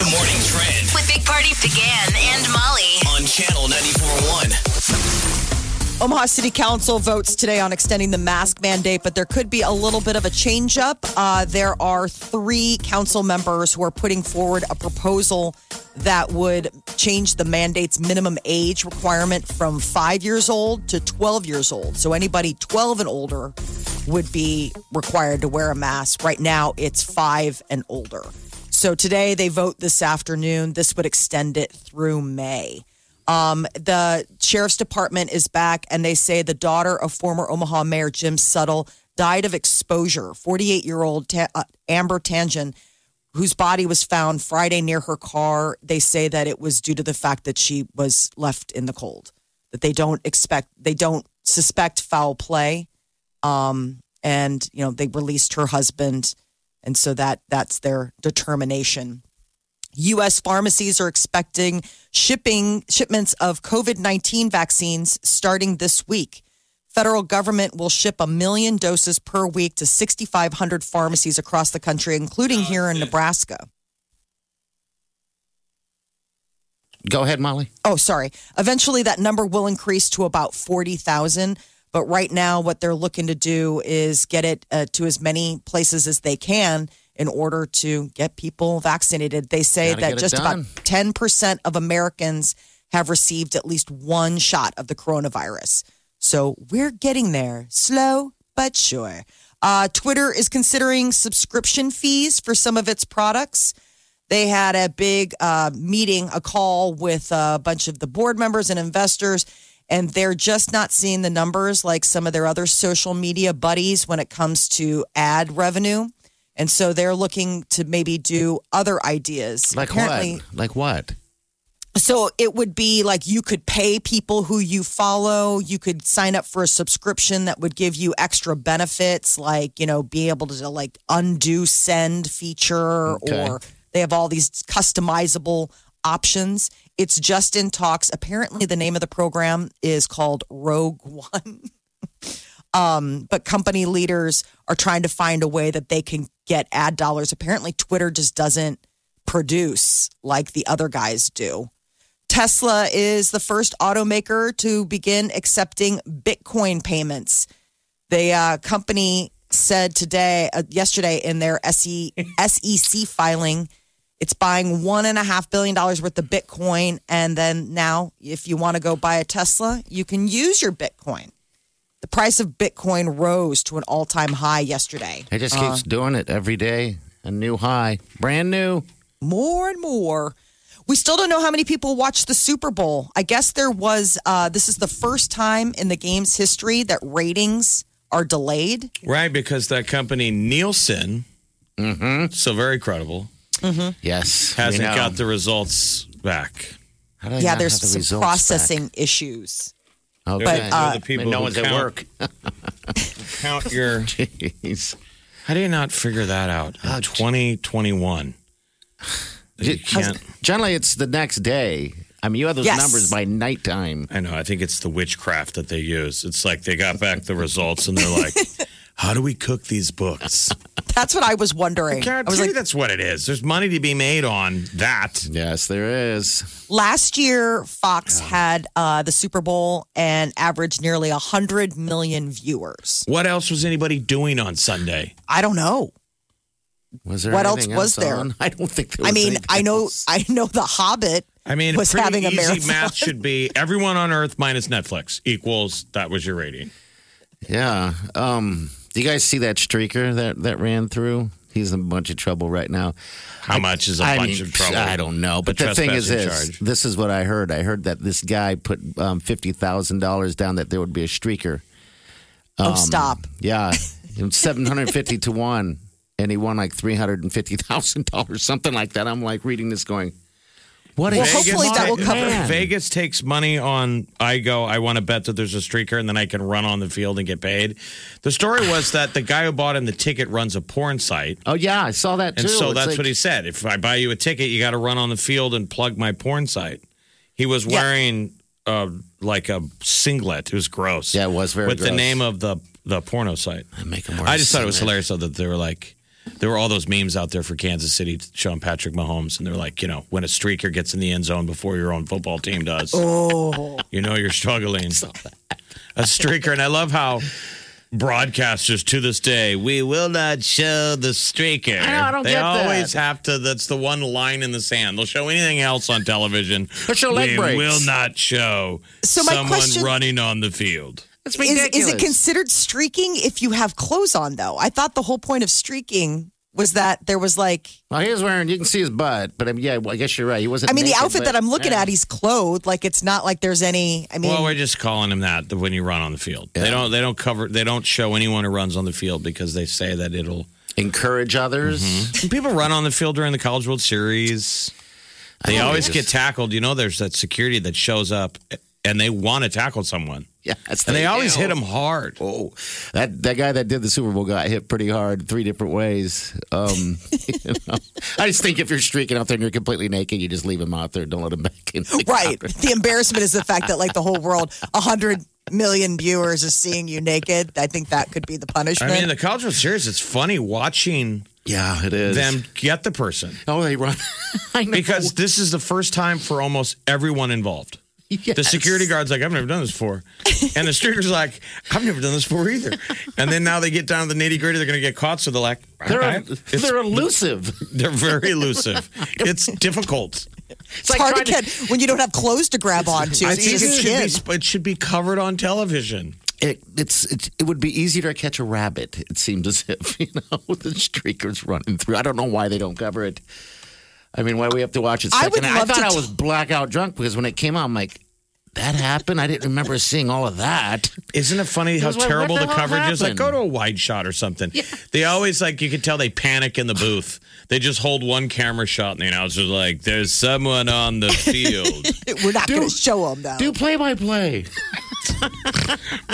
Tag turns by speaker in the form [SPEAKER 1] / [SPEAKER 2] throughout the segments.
[SPEAKER 1] The morning trend
[SPEAKER 2] with Big Party began and Molly.
[SPEAKER 1] on channel 94.1.
[SPEAKER 3] Omaha City Council votes today on extending the mask mandate, but there could be a little bit of a change up. Uh, there are three council members who are putting forward a proposal that would change the mandate's minimum age requirement from five years old to 12 years old. So anybody 12 and older would be required to wear a mask. Right now, it's five and older. So today they vote this afternoon. This would extend it through May. Um, the sheriff's department is back, and they say the daughter of former Omaha Mayor Jim Suttle died of exposure. 48 year old ta- uh, Amber Tangen, whose body was found Friday near her car, they say that it was due to the fact that she was left in the cold. That they don't expect, they don't suspect foul play, um, and you know they released her husband, and so that that's their determination. U.S. pharmacies are expecting shipping shipments of COVID-19 vaccines starting this week. Federal government will ship a million doses per week to 6,500 pharmacies across the country, including
[SPEAKER 4] Oh,
[SPEAKER 3] here in Nebraska.
[SPEAKER 4] Go ahead, Molly.
[SPEAKER 3] Oh, sorry. Eventually, that number will increase to about 40,000. But right now, what they're looking to do is get it uh, to as many places as they can in order to get people vaccinated. They say
[SPEAKER 4] Gotta
[SPEAKER 3] that
[SPEAKER 4] get it
[SPEAKER 3] just about
[SPEAKER 4] done.
[SPEAKER 3] 10% of Americans have received at least one shot of the coronavirus. So we're getting there, slow but sure. Uh, Twitter is considering subscription fees for some of its products. They had a big uh, meeting, a call with a bunch of the board members and investors, and they're just not seeing the numbers like some of their other social media buddies when it comes to ad revenue. And so they're looking to maybe do other ideas.
[SPEAKER 4] Like
[SPEAKER 3] Apparently,
[SPEAKER 4] what? Like what?
[SPEAKER 3] so it would be like you could pay people who you follow. You could sign up for a subscription that would give you extra benefits, like, you know, be able to like undo send feature,
[SPEAKER 4] Okay.
[SPEAKER 3] or they have all these customizable options. It's just in talks. Apparently, the name of the program is called Rogue One. Um, but company leaders are trying to find a way that they can get ad dollars. Apparently, Twitter just doesn't produce like the other guys do. Tesla is the first automaker to begin accepting Bitcoin payments. The uh, company said today, uh, yesterday, in their E, SE, SEC filing, it's buying one and a half billion dollars worth of Bitcoin, and then now, if you want to go buy a Tesla, you can use your Bitcoin. The price of Bitcoin rose to an all-time high yesterday.
[SPEAKER 4] It just
[SPEAKER 3] Uh.
[SPEAKER 4] keeps doing it every day. A new high, brand new.
[SPEAKER 3] more and more. We still don't know how many people watched the Super Bowl. I guess there was, uh, this is the first time in the game's history that ratings are delayed.
[SPEAKER 5] Right, because that company Nielsen, so very credible,
[SPEAKER 4] Yes, we Mm-hmm.
[SPEAKER 5] hasn't
[SPEAKER 4] know.
[SPEAKER 5] got the results back.
[SPEAKER 4] How do they
[SPEAKER 3] yeah,
[SPEAKER 4] not
[SPEAKER 3] there's
[SPEAKER 4] have the
[SPEAKER 3] some
[SPEAKER 4] results
[SPEAKER 3] processing issues.
[SPEAKER 4] back? Okay.
[SPEAKER 3] But, uh,
[SPEAKER 5] They're the people
[SPEAKER 4] And no
[SPEAKER 5] who
[SPEAKER 4] one's at
[SPEAKER 5] count-
[SPEAKER 4] work.
[SPEAKER 5] Count your.
[SPEAKER 4] Jeez.
[SPEAKER 5] How do you not figure that out? in 2021. You can't.
[SPEAKER 4] Generally, it's the next day. I mean, you have those
[SPEAKER 3] Yes.
[SPEAKER 4] numbers by nighttime.
[SPEAKER 5] I know. I think it's the witchcraft that they use. It's like they got back the results and they're like, how do we cook these books?
[SPEAKER 3] That's what I was wondering. I
[SPEAKER 5] Guarantee
[SPEAKER 3] was like,
[SPEAKER 5] that's what it is. There's money to be made on that.
[SPEAKER 4] Yes, there is.
[SPEAKER 3] Last year, Fox had uh, the Super Bowl and averaged nearly 100 million viewers.
[SPEAKER 5] What else was anybody doing on Sunday?
[SPEAKER 3] I don't know.
[SPEAKER 4] Was there
[SPEAKER 3] What else
[SPEAKER 4] anything
[SPEAKER 3] was there?
[SPEAKER 4] on? I don't think there was
[SPEAKER 3] I mean,
[SPEAKER 4] anything
[SPEAKER 3] I know,
[SPEAKER 4] else.
[SPEAKER 3] I know The Hobbit
[SPEAKER 5] I mean,
[SPEAKER 3] was
[SPEAKER 5] pretty
[SPEAKER 3] having a
[SPEAKER 5] easy
[SPEAKER 3] marathon.
[SPEAKER 5] math should be everyone on Earth minus Netflix equals that was your rating.
[SPEAKER 4] Yeah. Um, do you guys see that streaker that, that ran through? He's in a bunch of trouble right now.
[SPEAKER 5] How much is a
[SPEAKER 4] I
[SPEAKER 5] bunch
[SPEAKER 4] mean,
[SPEAKER 5] of trouble?
[SPEAKER 4] I don't know. But
[SPEAKER 5] A
[SPEAKER 4] the, thing is
[SPEAKER 5] trespassing
[SPEAKER 4] this.
[SPEAKER 5] charge.
[SPEAKER 4] This is what I heard. I heard that this guy put um, $50,000 down that there would be a streaker. Um,
[SPEAKER 3] oh, stop.
[SPEAKER 4] Yeah. It was 750 to 1. And he won like $350,000, something like that. I'm like reading this going, What a
[SPEAKER 3] Well, hopefully that will cover-
[SPEAKER 4] man.
[SPEAKER 5] Vegas takes money on. I go. I want to bet that there's a streaker, and then I can run on the field and get paid. The story was that the guy who bought him the ticket runs a porn site,
[SPEAKER 4] Oh yeah, I saw that too.
[SPEAKER 5] and so
[SPEAKER 4] It's
[SPEAKER 5] that's
[SPEAKER 4] like-
[SPEAKER 5] what he said. If I buy you a ticket, you got to run on the field and plug my porn site. He was
[SPEAKER 3] Yeah.
[SPEAKER 5] wearing uh, like a singlet. It was gross.
[SPEAKER 4] Yeah, it was very
[SPEAKER 5] with the
[SPEAKER 4] gross.
[SPEAKER 5] name of the the porno site.
[SPEAKER 4] Make him wear
[SPEAKER 5] I
[SPEAKER 4] a
[SPEAKER 5] just thought it was
[SPEAKER 4] singlet.
[SPEAKER 5] hilarious though that they were like there were all those memes out there for Kansas City Sean Patrick Mahomes and they're like, you know, when a streaker gets in the end zone before your own football team does. Oh. You know you're struggling. A streaker and I love how broadcasters to this day, we will not show the streaker.
[SPEAKER 4] I know, I don't
[SPEAKER 5] they
[SPEAKER 4] get that.
[SPEAKER 5] always have to that's the one line in the sand. They'll show anything else on television.
[SPEAKER 4] They'll show leg
[SPEAKER 5] we
[SPEAKER 4] breaks.
[SPEAKER 5] will not show
[SPEAKER 3] So my
[SPEAKER 5] someone
[SPEAKER 3] question-
[SPEAKER 5] running on the field.
[SPEAKER 4] It's
[SPEAKER 3] Is,
[SPEAKER 4] ridiculous.
[SPEAKER 3] is it considered streaking if you have clothes on, though? I thought the whole point of streaking was that there was like,
[SPEAKER 4] well, he was wearing. You can see his butt, but I mean, yeah, well, I guess you're right. He wasn't.
[SPEAKER 3] I mean, the
[SPEAKER 4] naked,
[SPEAKER 3] outfit
[SPEAKER 4] but-
[SPEAKER 3] that I'm looking
[SPEAKER 4] yeah.
[SPEAKER 3] at, he's clothed. Like, it's not like there's any, I mean,
[SPEAKER 5] Well, we're just calling him that th- when you run on the field. They don't. They don't cover. They don't show anyone who runs on the field because they say that it'll.
[SPEAKER 4] encourage others.
[SPEAKER 5] Can people run on the field during the College World Series? They
[SPEAKER 4] don't
[SPEAKER 5] always
[SPEAKER 4] know.
[SPEAKER 5] get tackled. You know, there's that security that shows up and they want to tackle someone,
[SPEAKER 4] Yeah, that's
[SPEAKER 5] and they
[SPEAKER 4] the
[SPEAKER 5] always
[SPEAKER 4] deal.
[SPEAKER 5] hit them hard.
[SPEAKER 4] Oh, that that guy that did the Super Bowl got hit pretty hard three different ways. Um, you know, I just think if you're streaking out there and you're completely naked, you just leave him out there. Don't let him back in.
[SPEAKER 3] right. The embarrassment is the fact that like the whole world, a hundred million viewers is seeing you naked. I think that could be the
[SPEAKER 5] I
[SPEAKER 3] punishment.
[SPEAKER 5] mean, the College World Series. It's funny watching
[SPEAKER 4] Yeah, it is.
[SPEAKER 5] them get the person
[SPEAKER 4] oh, they run. I know.
[SPEAKER 5] because this is the first time for almost everyone involved. The
[SPEAKER 4] Yes.
[SPEAKER 5] security guard's like, I've never done this before. And the streaker's like, I've never done this before either. And then now they get down to the nitty gritty, they're going to get caught. So they're like,
[SPEAKER 4] They're,
[SPEAKER 5] "Okay." It's-
[SPEAKER 4] they're elusive.
[SPEAKER 5] they're very elusive. It's difficult.
[SPEAKER 4] It's,
[SPEAKER 3] it's
[SPEAKER 4] like
[SPEAKER 3] hard to
[SPEAKER 4] trying
[SPEAKER 3] get when you don't have clothes to grab onto.
[SPEAKER 5] I
[SPEAKER 3] It's
[SPEAKER 5] think it
[SPEAKER 3] just
[SPEAKER 5] should, be,
[SPEAKER 3] skin.
[SPEAKER 5] sp- it should be covered on television.
[SPEAKER 4] It, it's, it's it would be easier to catch a rabbit. It seems as if you know the streakers running through. I don't know why they don't cover it. I mean, why we have to watch it?
[SPEAKER 3] I
[SPEAKER 4] Second.
[SPEAKER 3] would
[SPEAKER 4] I
[SPEAKER 3] love
[SPEAKER 4] thought
[SPEAKER 3] to
[SPEAKER 4] I
[SPEAKER 3] t-
[SPEAKER 4] was blackout drunk because when it came out, I'm like, that happened. I didn't remember seeing all of that.
[SPEAKER 5] Isn't it funny how
[SPEAKER 4] That's what-
[SPEAKER 5] terrible
[SPEAKER 4] what
[SPEAKER 5] the
[SPEAKER 4] the hell
[SPEAKER 5] coverage is?
[SPEAKER 4] happened?
[SPEAKER 5] Like, go to a wide shot or something. They always, like, you could tell they panic in the booth. They just hold one camera shot and the announcer's like, there's someone on the field.
[SPEAKER 3] We're not going to show them though.
[SPEAKER 4] Do play by play.
[SPEAKER 5] would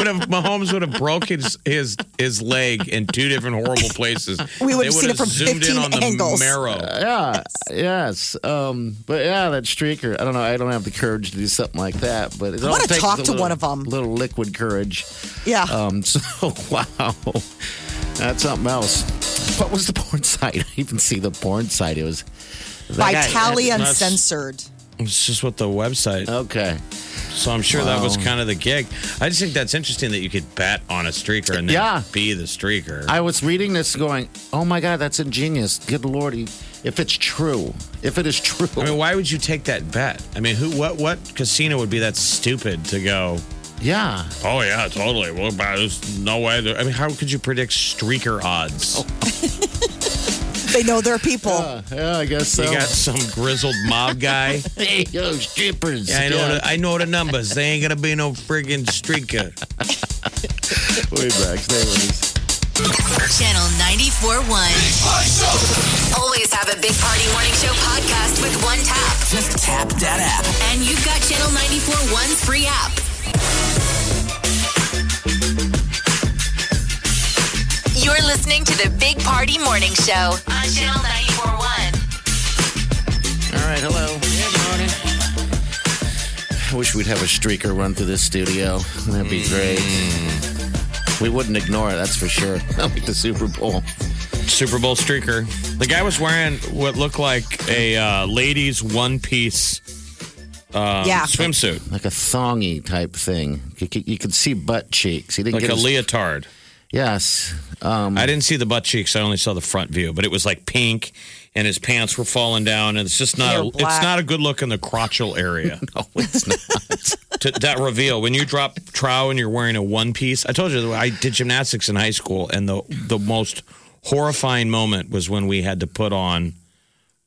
[SPEAKER 5] have Mahomes would have broke his his his leg in two different horrible places.
[SPEAKER 3] We would
[SPEAKER 5] They
[SPEAKER 3] have seen it from
[SPEAKER 5] zoomed in
[SPEAKER 3] 15
[SPEAKER 5] on
[SPEAKER 3] angles.
[SPEAKER 5] the marrow.
[SPEAKER 4] Yeah, yes. Um, but yeah, that streaker. I don't know. I don't have the courage to do something like that. But it
[SPEAKER 3] wanna
[SPEAKER 4] all takes
[SPEAKER 3] talk
[SPEAKER 4] a
[SPEAKER 3] to
[SPEAKER 4] little-
[SPEAKER 3] one of 'em.
[SPEAKER 4] Little liquid courage.
[SPEAKER 3] yeah.
[SPEAKER 4] Um, so wow, that's something else. What was the porn site? I didn't even see the porn site. It was that guy-
[SPEAKER 3] Vitaly
[SPEAKER 5] that's-
[SPEAKER 3] Uncensored.
[SPEAKER 5] it's just what the website.
[SPEAKER 4] Okay.
[SPEAKER 5] So I'm sure that was kind of the gig. I just think that's interesting that you could bet on a streaker and then
[SPEAKER 4] Yeah.
[SPEAKER 5] be the streaker.
[SPEAKER 4] I was reading this, going, "Oh my god, that's ingenious! Good lord, he- if it's true, if it is true,
[SPEAKER 5] I mean, why would you take that bet? I mean, who, what, what casino would be that stupid to go?
[SPEAKER 4] yeah,
[SPEAKER 5] Oh yeah, totally. Well, there's no way. I mean, how could you predict streaker odds?
[SPEAKER 3] They know their people.
[SPEAKER 4] Uh, yeah, I guess so."
[SPEAKER 5] You got some grizzled mob guy.
[SPEAKER 4] hey, yo, strippers!
[SPEAKER 5] Yeah, I know.
[SPEAKER 4] Yeah.
[SPEAKER 5] The, I know the numbers. They ain't gonna be no friggin' streaker.
[SPEAKER 4] Way back, stay with us.
[SPEAKER 2] Channel 94.1. Always have a Big Party Morning Show podcast with one tap. Just tap that app. And you've got Channel 94.1's free app. You're listening to the Big Party Morning Show on Channel 94.1.
[SPEAKER 4] All right, hello. Good morning. I wish we'd have a streaker run through this studio. That'd be great.
[SPEAKER 5] Mm.
[SPEAKER 4] We wouldn't ignore it, that's for sure. like the Super Bowl.
[SPEAKER 5] Super Bowl streaker. The guy was wearing what looked like a uh, ladies' one-piece uh,
[SPEAKER 3] yeah.
[SPEAKER 5] swimsuit,
[SPEAKER 4] Like a thongy type thing. You could, you could see butt cheeks. He didn't
[SPEAKER 5] like
[SPEAKER 4] get
[SPEAKER 5] a
[SPEAKER 4] his-
[SPEAKER 5] leotard.
[SPEAKER 4] Yes. Um,
[SPEAKER 5] I didn't see the butt cheeks. I only saw the front view, but it was like pink, and his pants were falling down, and it's just not.
[SPEAKER 3] They
[SPEAKER 5] A,
[SPEAKER 3] were
[SPEAKER 5] it's
[SPEAKER 3] black.
[SPEAKER 5] not a good look in the crotchal area.
[SPEAKER 4] no, it's not.
[SPEAKER 5] to, that reveal when you drop trow and you're wearing a one piece. I told you I did gymnastics in high school, and the the most horrifying moment was when we had to put on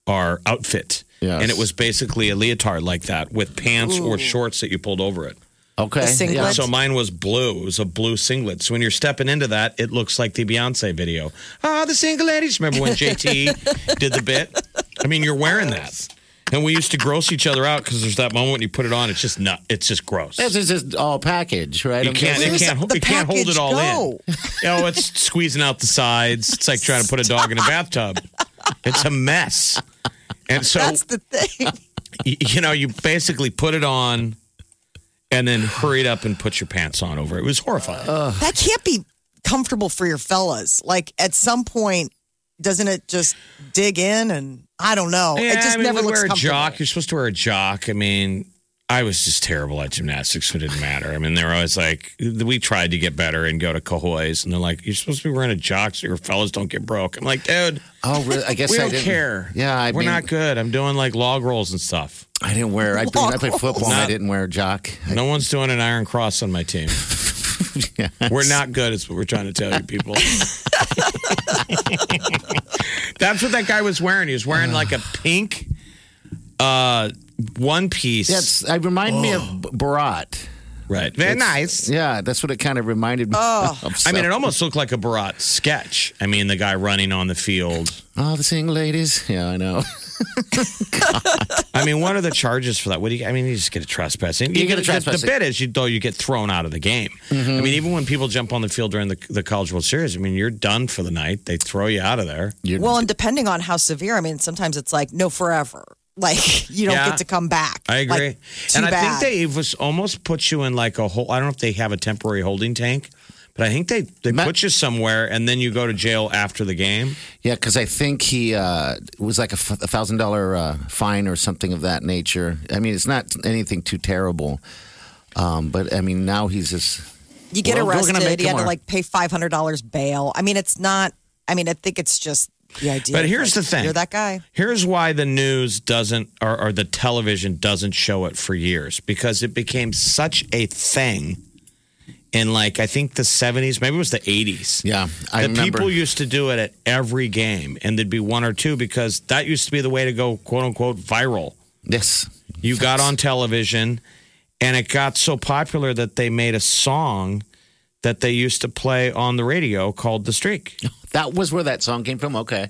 [SPEAKER 5] our outfit,
[SPEAKER 4] Yes.
[SPEAKER 5] and it was basically a leotard like that with pants or shorts that you pulled over it.
[SPEAKER 4] okay.
[SPEAKER 3] A singlet.
[SPEAKER 5] So mine was blue. It was a blue singlet. So when you're stepping into that, it looks like the Beyonce video. Ah, the single ladies. Remember when JT did the bit? I mean, you're wearing that. and we used to gross each other out because there's that moment when you put it on, it's just not, it's just gross.
[SPEAKER 4] This is just all package, right?
[SPEAKER 5] You can't, it
[SPEAKER 3] Where's
[SPEAKER 5] can't,
[SPEAKER 3] the
[SPEAKER 5] it can't hold it
[SPEAKER 3] package
[SPEAKER 5] all
[SPEAKER 3] go?
[SPEAKER 5] in. You know, it's squeezing out the sides. It's like trying to put a dog in a bathtub. It's a mess. And so,
[SPEAKER 3] That's the thing.
[SPEAKER 5] y- you know, you basically put it on and then hurried up and put your pants on over. It It was horrifying.
[SPEAKER 3] that can't be comfortable for your fellas. Like at some point, doesn't it just dig in? And I don't know.
[SPEAKER 5] yeah,
[SPEAKER 3] it just
[SPEAKER 5] I mean,
[SPEAKER 3] never
[SPEAKER 5] we
[SPEAKER 3] looks
[SPEAKER 5] wear a
[SPEAKER 3] comfortable.
[SPEAKER 5] jock. You're supposed to wear a jock. I mean, I was just terrible at gymnastics, so it didn't matter. I mean, they were always like, we tried to get better and go to Cahoy's, and they're like, you're supposed to be wearing a jock so your fellas don't get broke. I'm like, dude.
[SPEAKER 4] Oh, really? I guess
[SPEAKER 5] We
[SPEAKER 4] I
[SPEAKER 5] don't
[SPEAKER 4] didn't.
[SPEAKER 5] care.
[SPEAKER 4] Yeah, I
[SPEAKER 5] we're
[SPEAKER 4] mean,
[SPEAKER 5] not good. I'm doing like log rolls and stuff.
[SPEAKER 4] I didn't wear. I, I played football. and I
[SPEAKER 5] Not-
[SPEAKER 4] didn't wear a jock.
[SPEAKER 5] No one's doing an iron cross on my team. We're not good. Is what we're trying to tell you, people. That's what that guy was wearing. He was wearing like a pink uh, one piece.
[SPEAKER 4] That's. I remind me of B- Barat.
[SPEAKER 5] right. Very nice.
[SPEAKER 4] Yeah, that's what it kind of reminded me. of.
[SPEAKER 5] Oh. I mean,
[SPEAKER 4] so.
[SPEAKER 5] it almost looked like a Barat sketch. I mean, the guy running on the field.
[SPEAKER 4] all the single ladies. Yeah, I know.
[SPEAKER 5] I mean, what are the charges for that? What do you? I mean, you just get a trespassing.
[SPEAKER 4] You get a
[SPEAKER 5] The
[SPEAKER 4] trespassing.
[SPEAKER 5] bit is, you, though, you get thrown out of the game. I mean, even when people jump on the field during the, the College World Series, I mean, you're done for the night. They throw you out of there.
[SPEAKER 4] You're,
[SPEAKER 3] Well, and depending on how severe, I mean, sometimes it's like no forever. Like you don't
[SPEAKER 5] Yeah.
[SPEAKER 3] get to come back.
[SPEAKER 5] I agree.
[SPEAKER 3] Like, too
[SPEAKER 5] and I
[SPEAKER 3] bad.
[SPEAKER 5] think they was almost put you in like a whole. I don't know if they have a temporary holding tank, but I think they they
[SPEAKER 4] Ma-
[SPEAKER 5] put you somewhere and then you go to jail after the game.
[SPEAKER 4] yeah, because I think he uh, it was like a thousand dollar uh, fine or something of that nature. I mean, it's not anything too terrible. Um, but I mean, now he's just.
[SPEAKER 3] you get
[SPEAKER 4] Well, we're gonna
[SPEAKER 3] arrested.
[SPEAKER 4] make
[SPEAKER 3] You have to
[SPEAKER 4] more.
[SPEAKER 3] like pay five hundred dollars bail. I mean, it's not. I mean, I think it's just the idea.
[SPEAKER 5] But
[SPEAKER 3] of,
[SPEAKER 5] here's
[SPEAKER 3] like,
[SPEAKER 5] the thing.
[SPEAKER 3] You're that guy.
[SPEAKER 5] Here's why the news doesn't, or, or the television doesn't show it for years because it became such a thing in like, I think the 70s, maybe it was the 80s.
[SPEAKER 4] Yeah, I
[SPEAKER 5] the
[SPEAKER 4] remember.
[SPEAKER 5] people used to do it at every game, and there'd be one or two because that used to be the way to go, quote unquote, viral.
[SPEAKER 4] yes.
[SPEAKER 5] You got on television, and it got so popular that they made a song that they used to play on the radio called The Streak.
[SPEAKER 4] That was where that song came from. Okay.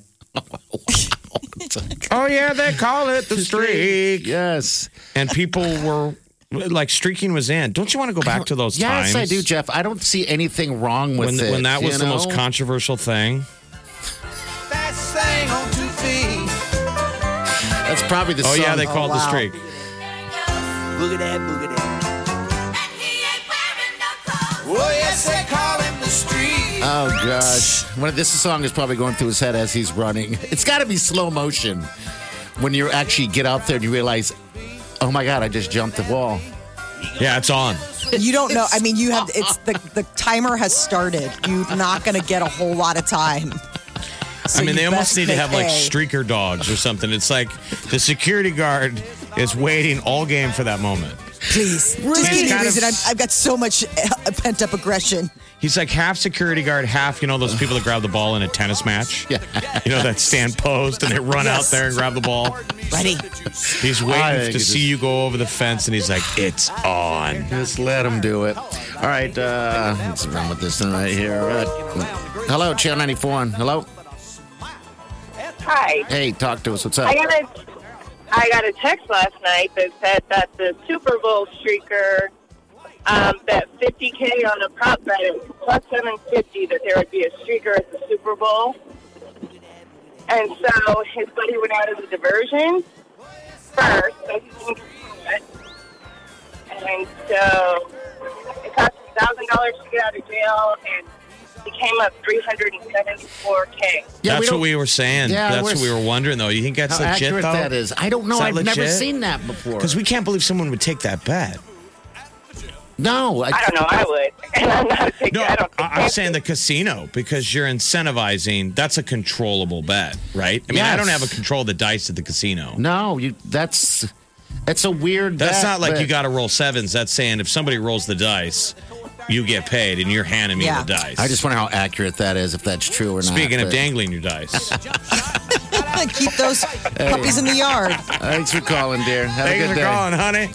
[SPEAKER 5] oh, yeah, they call it The Streak.
[SPEAKER 4] Yes.
[SPEAKER 5] and people were like streaking was in. Don't you want to go back to those times?
[SPEAKER 4] Yes, I do, Jeff. I don't see anything wrong with
[SPEAKER 5] When,
[SPEAKER 4] it.
[SPEAKER 5] when that
[SPEAKER 4] you
[SPEAKER 5] was the most
[SPEAKER 4] know?
[SPEAKER 5] controversial thing.
[SPEAKER 6] Fast thing on two feet.
[SPEAKER 4] That's probably the
[SPEAKER 5] Oh
[SPEAKER 4] song.
[SPEAKER 5] yeah, they called the
[SPEAKER 3] wow.
[SPEAKER 5] streak.
[SPEAKER 6] Boogie that, boogie that. Oh, yes, they call him the
[SPEAKER 1] Uh.
[SPEAKER 6] street.
[SPEAKER 4] Oh gosh, when this song is probably going through his head as he's running. It's got to be slow motion when you actually get out there and you realize, oh my god, I just jumped the wall.
[SPEAKER 5] Yeah, it's on.
[SPEAKER 3] You don't know. I mean, you have. It's the the timer has started. You're not going to get a whole lot of time. So
[SPEAKER 5] I mean,
[SPEAKER 3] you
[SPEAKER 5] they almost
[SPEAKER 3] best
[SPEAKER 5] need to
[SPEAKER 3] make
[SPEAKER 5] have like
[SPEAKER 3] hay.
[SPEAKER 5] streaker dogs or something. It's like the security guard is waiting all game for that moment.
[SPEAKER 3] Please, just
[SPEAKER 5] It's
[SPEAKER 3] give me a
[SPEAKER 5] kind
[SPEAKER 3] reason.
[SPEAKER 5] of-
[SPEAKER 3] I'm, I've got so much pent up aggression.
[SPEAKER 5] He's like half security guard, half you know those people that grab the ball in a tennis match. Yeah, you know that stand posed and they run out there and grab the ball.
[SPEAKER 3] Ready?
[SPEAKER 5] He's
[SPEAKER 4] I
[SPEAKER 5] waiting
[SPEAKER 4] think
[SPEAKER 5] to
[SPEAKER 4] it's
[SPEAKER 5] see you go over the fence, and he's like, "It's on."
[SPEAKER 4] Just let him do it. All right, uh, let's run with this one right here. All right. Hello, Channel 94. Hello.
[SPEAKER 7] Hi.
[SPEAKER 4] Hey, talk to us. What's
[SPEAKER 7] I
[SPEAKER 4] up?
[SPEAKER 7] got a I got a text last night that said that the Super Bowl streaker um, bet 50k on a prop bet it was plus 750 that there would be a streaker at the Super Bowl. And so his buddy went out as a diversion first, so he didn't do it. And so it cost him thousand dollars to get out of jail, and he came up 374k.
[SPEAKER 4] Yeah, we
[SPEAKER 5] that's
[SPEAKER 4] don't-
[SPEAKER 5] what we were saying.
[SPEAKER 4] Yeah,
[SPEAKER 5] That's
[SPEAKER 4] we're-
[SPEAKER 5] what we were wondering, though. You think that's
[SPEAKER 4] How
[SPEAKER 5] legit,
[SPEAKER 4] accurate
[SPEAKER 5] though?
[SPEAKER 4] that is? I don't know.
[SPEAKER 5] Is that
[SPEAKER 4] I've never
[SPEAKER 5] legit?
[SPEAKER 4] seen that before.
[SPEAKER 5] Because we can't believe someone would take that bet.
[SPEAKER 4] no,
[SPEAKER 7] I don't know. I would. And I'm not a big,
[SPEAKER 5] No,
[SPEAKER 7] I don't think
[SPEAKER 5] I, am saying the casino because you're incentivizing. That's a controllable bet, right? I mean, I
[SPEAKER 4] Yes.
[SPEAKER 5] don't have a control of the dice at the casino.
[SPEAKER 4] no. You that's that's a weird.
[SPEAKER 5] that's
[SPEAKER 4] bet,
[SPEAKER 5] not like
[SPEAKER 4] but-
[SPEAKER 5] you got to roll sevens. That's saying if somebody rolls the dice, you get paid, and you're handing me
[SPEAKER 3] Yeah.
[SPEAKER 5] the dice.
[SPEAKER 4] I just wonder how accurate that is, if that's true or not.
[SPEAKER 5] speaking of
[SPEAKER 4] but-
[SPEAKER 5] dangling your dice.
[SPEAKER 3] Keep those puppies in the yard.
[SPEAKER 4] Thanks for calling, dear. Have a
[SPEAKER 5] Thanks
[SPEAKER 4] good
[SPEAKER 5] for
[SPEAKER 4] day.
[SPEAKER 5] calling, honey.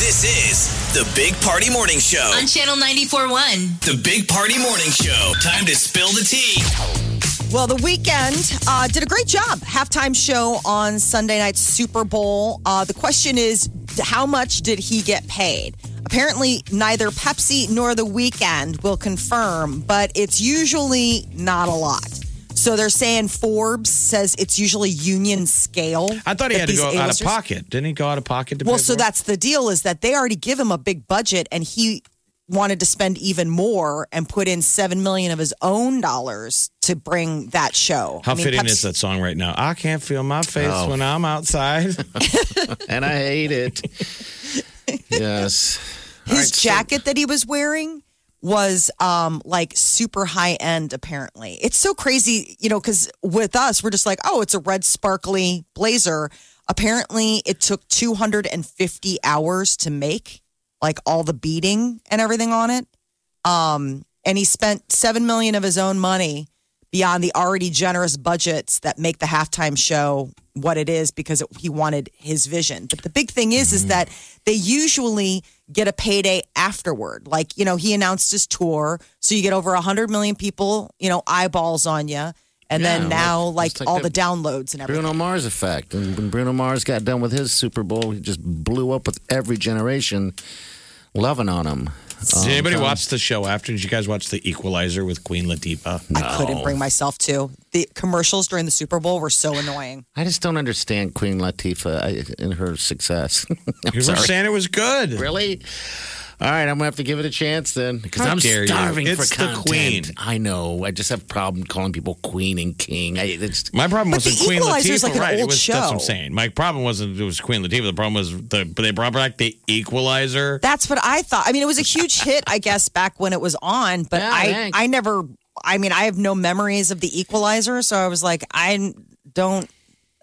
[SPEAKER 1] This is the Big Party Morning Show.
[SPEAKER 2] On Channel 94.1.
[SPEAKER 1] The Big Party Morning Show. Time to spill the tea.
[SPEAKER 3] Well, the weekend uh, did a great job. Halftime show on Sunday night's Super Bowl. Uh, the question is, how much did he get paid? Apparently, neither Pepsi nor the weekend will confirm, but it's usually not a lot. So they're saying Forbes says it's usually union scale.
[SPEAKER 5] I thought he
[SPEAKER 3] that
[SPEAKER 5] had to
[SPEAKER 3] these
[SPEAKER 5] go out of
[SPEAKER 3] A-listers-
[SPEAKER 5] pocket. Didn't he go out of pocket to
[SPEAKER 3] well,
[SPEAKER 5] pay
[SPEAKER 3] so
[SPEAKER 5] for it?
[SPEAKER 3] that's the deal is that they already give him a big budget and he wanted to spend even more and put in 7 million of his own dollars to bring that show.
[SPEAKER 5] How
[SPEAKER 3] I mean,
[SPEAKER 5] fitting
[SPEAKER 3] Pepsi-
[SPEAKER 5] is that song right now? I can't feel my face
[SPEAKER 4] Oh.
[SPEAKER 5] when I'm outside.
[SPEAKER 4] and I hate it. yes. All
[SPEAKER 3] His
[SPEAKER 4] right, so-
[SPEAKER 3] jacket that he was wearing was um like super high end apparently. It's so crazy, you know, cuz with us we're just like, "Oh, it's a red sparkly blazer." Apparently, it took 250 hours to make, like all the beading and everything on it. Um and he spent 7 million of his own money beyond the already generous budgets that make the halftime show what it is because it, he wanted his vision. But the big thing is,
[SPEAKER 4] Mm-hmm.
[SPEAKER 3] is that they usually get a payday afterward. Like you know, he announced his tour, so you get over hundred million people, you know, eyeballs on you, and
[SPEAKER 4] Yeah,
[SPEAKER 3] then now
[SPEAKER 4] like-
[SPEAKER 3] like,
[SPEAKER 4] just like
[SPEAKER 3] all
[SPEAKER 4] the-
[SPEAKER 3] the downloads and everything.
[SPEAKER 4] Bruno Mars effect. And when Bruno Mars got done with his Super Bowl, he just blew up with every generation loving on him.
[SPEAKER 5] Did
[SPEAKER 3] Oh,
[SPEAKER 5] anybody watch the show after? Did you guys watch The Equalizer with Queen Latifah? Uh,
[SPEAKER 3] I couldn't
[SPEAKER 4] Oh.
[SPEAKER 3] bring myself to the commercials during the Super Bowl were so annoying.
[SPEAKER 4] I just don't understand Queen Latifah I- and her success. I'm
[SPEAKER 5] You were
[SPEAKER 4] sorry.
[SPEAKER 5] saying it was good.
[SPEAKER 4] Really? All right, I'm gonna have to give it a chance then because
[SPEAKER 5] How
[SPEAKER 4] I'm
[SPEAKER 5] dare you.
[SPEAKER 4] starving for
[SPEAKER 5] It's the
[SPEAKER 4] content.
[SPEAKER 5] queen.
[SPEAKER 4] I know. I just have problem calling people queen and king. I, it's,
[SPEAKER 5] My problem
[SPEAKER 3] But
[SPEAKER 5] wasn't
[SPEAKER 3] The
[SPEAKER 5] Queen
[SPEAKER 3] Equalizer
[SPEAKER 5] Latifah,
[SPEAKER 3] is like an
[SPEAKER 5] right? it
[SPEAKER 3] old
[SPEAKER 5] was, That's what I'm
[SPEAKER 3] show.
[SPEAKER 5] saying. My problem wasn't it was Queen Latifah. The problem was the but they brought back The Equalizer.
[SPEAKER 3] That's what I thought. I mean, it was a huge hit, I guess, back when it was on, but
[SPEAKER 4] Yeah,
[SPEAKER 3] I
[SPEAKER 4] thanks.
[SPEAKER 3] I never I mean, I have no memories of the equalizer, so I was like, I don't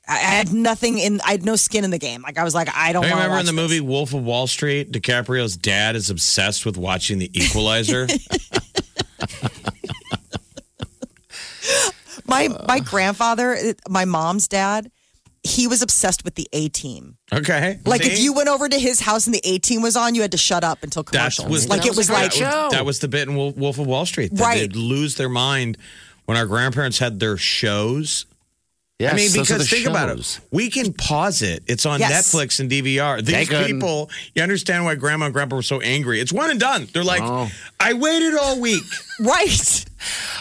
[SPEAKER 3] I I had nothing in I had no skin in the game. Like I was like, I don't
[SPEAKER 5] I
[SPEAKER 3] wanna
[SPEAKER 5] remember in
[SPEAKER 3] watch
[SPEAKER 5] the
[SPEAKER 3] this.
[SPEAKER 5] movie Wolf of Wall Street, DiCaprio's dad is obsessed with watching The Equalizer.
[SPEAKER 3] My my grandfather, my mom's dad, he was obsessed with the A team.
[SPEAKER 5] okay,
[SPEAKER 3] Like if
[SPEAKER 5] See?
[SPEAKER 3] you went over to his house and the A team was on, you had to shut up until
[SPEAKER 5] That
[SPEAKER 3] commercials.
[SPEAKER 5] was
[SPEAKER 3] like
[SPEAKER 4] that
[SPEAKER 3] it
[SPEAKER 4] was
[SPEAKER 3] was
[SPEAKER 4] a great
[SPEAKER 3] like
[SPEAKER 4] show.
[SPEAKER 5] That, was the bit in Wolf, Wolf of Wall Street. that
[SPEAKER 3] Right.
[SPEAKER 5] They'd lose their mind when our grandparents had their shows.
[SPEAKER 4] yes,
[SPEAKER 5] I mean,
[SPEAKER 4] those are
[SPEAKER 5] because
[SPEAKER 4] the
[SPEAKER 5] think about
[SPEAKER 4] shows.
[SPEAKER 5] it. We can pause it. It's on
[SPEAKER 3] Yes.
[SPEAKER 5] Netflix and DVR. These
[SPEAKER 4] couldn't.
[SPEAKER 5] people, you understand why grandma and grandpa were so angry. It's one and done. They're like,
[SPEAKER 4] Oh.
[SPEAKER 5] I waited all week.
[SPEAKER 3] right.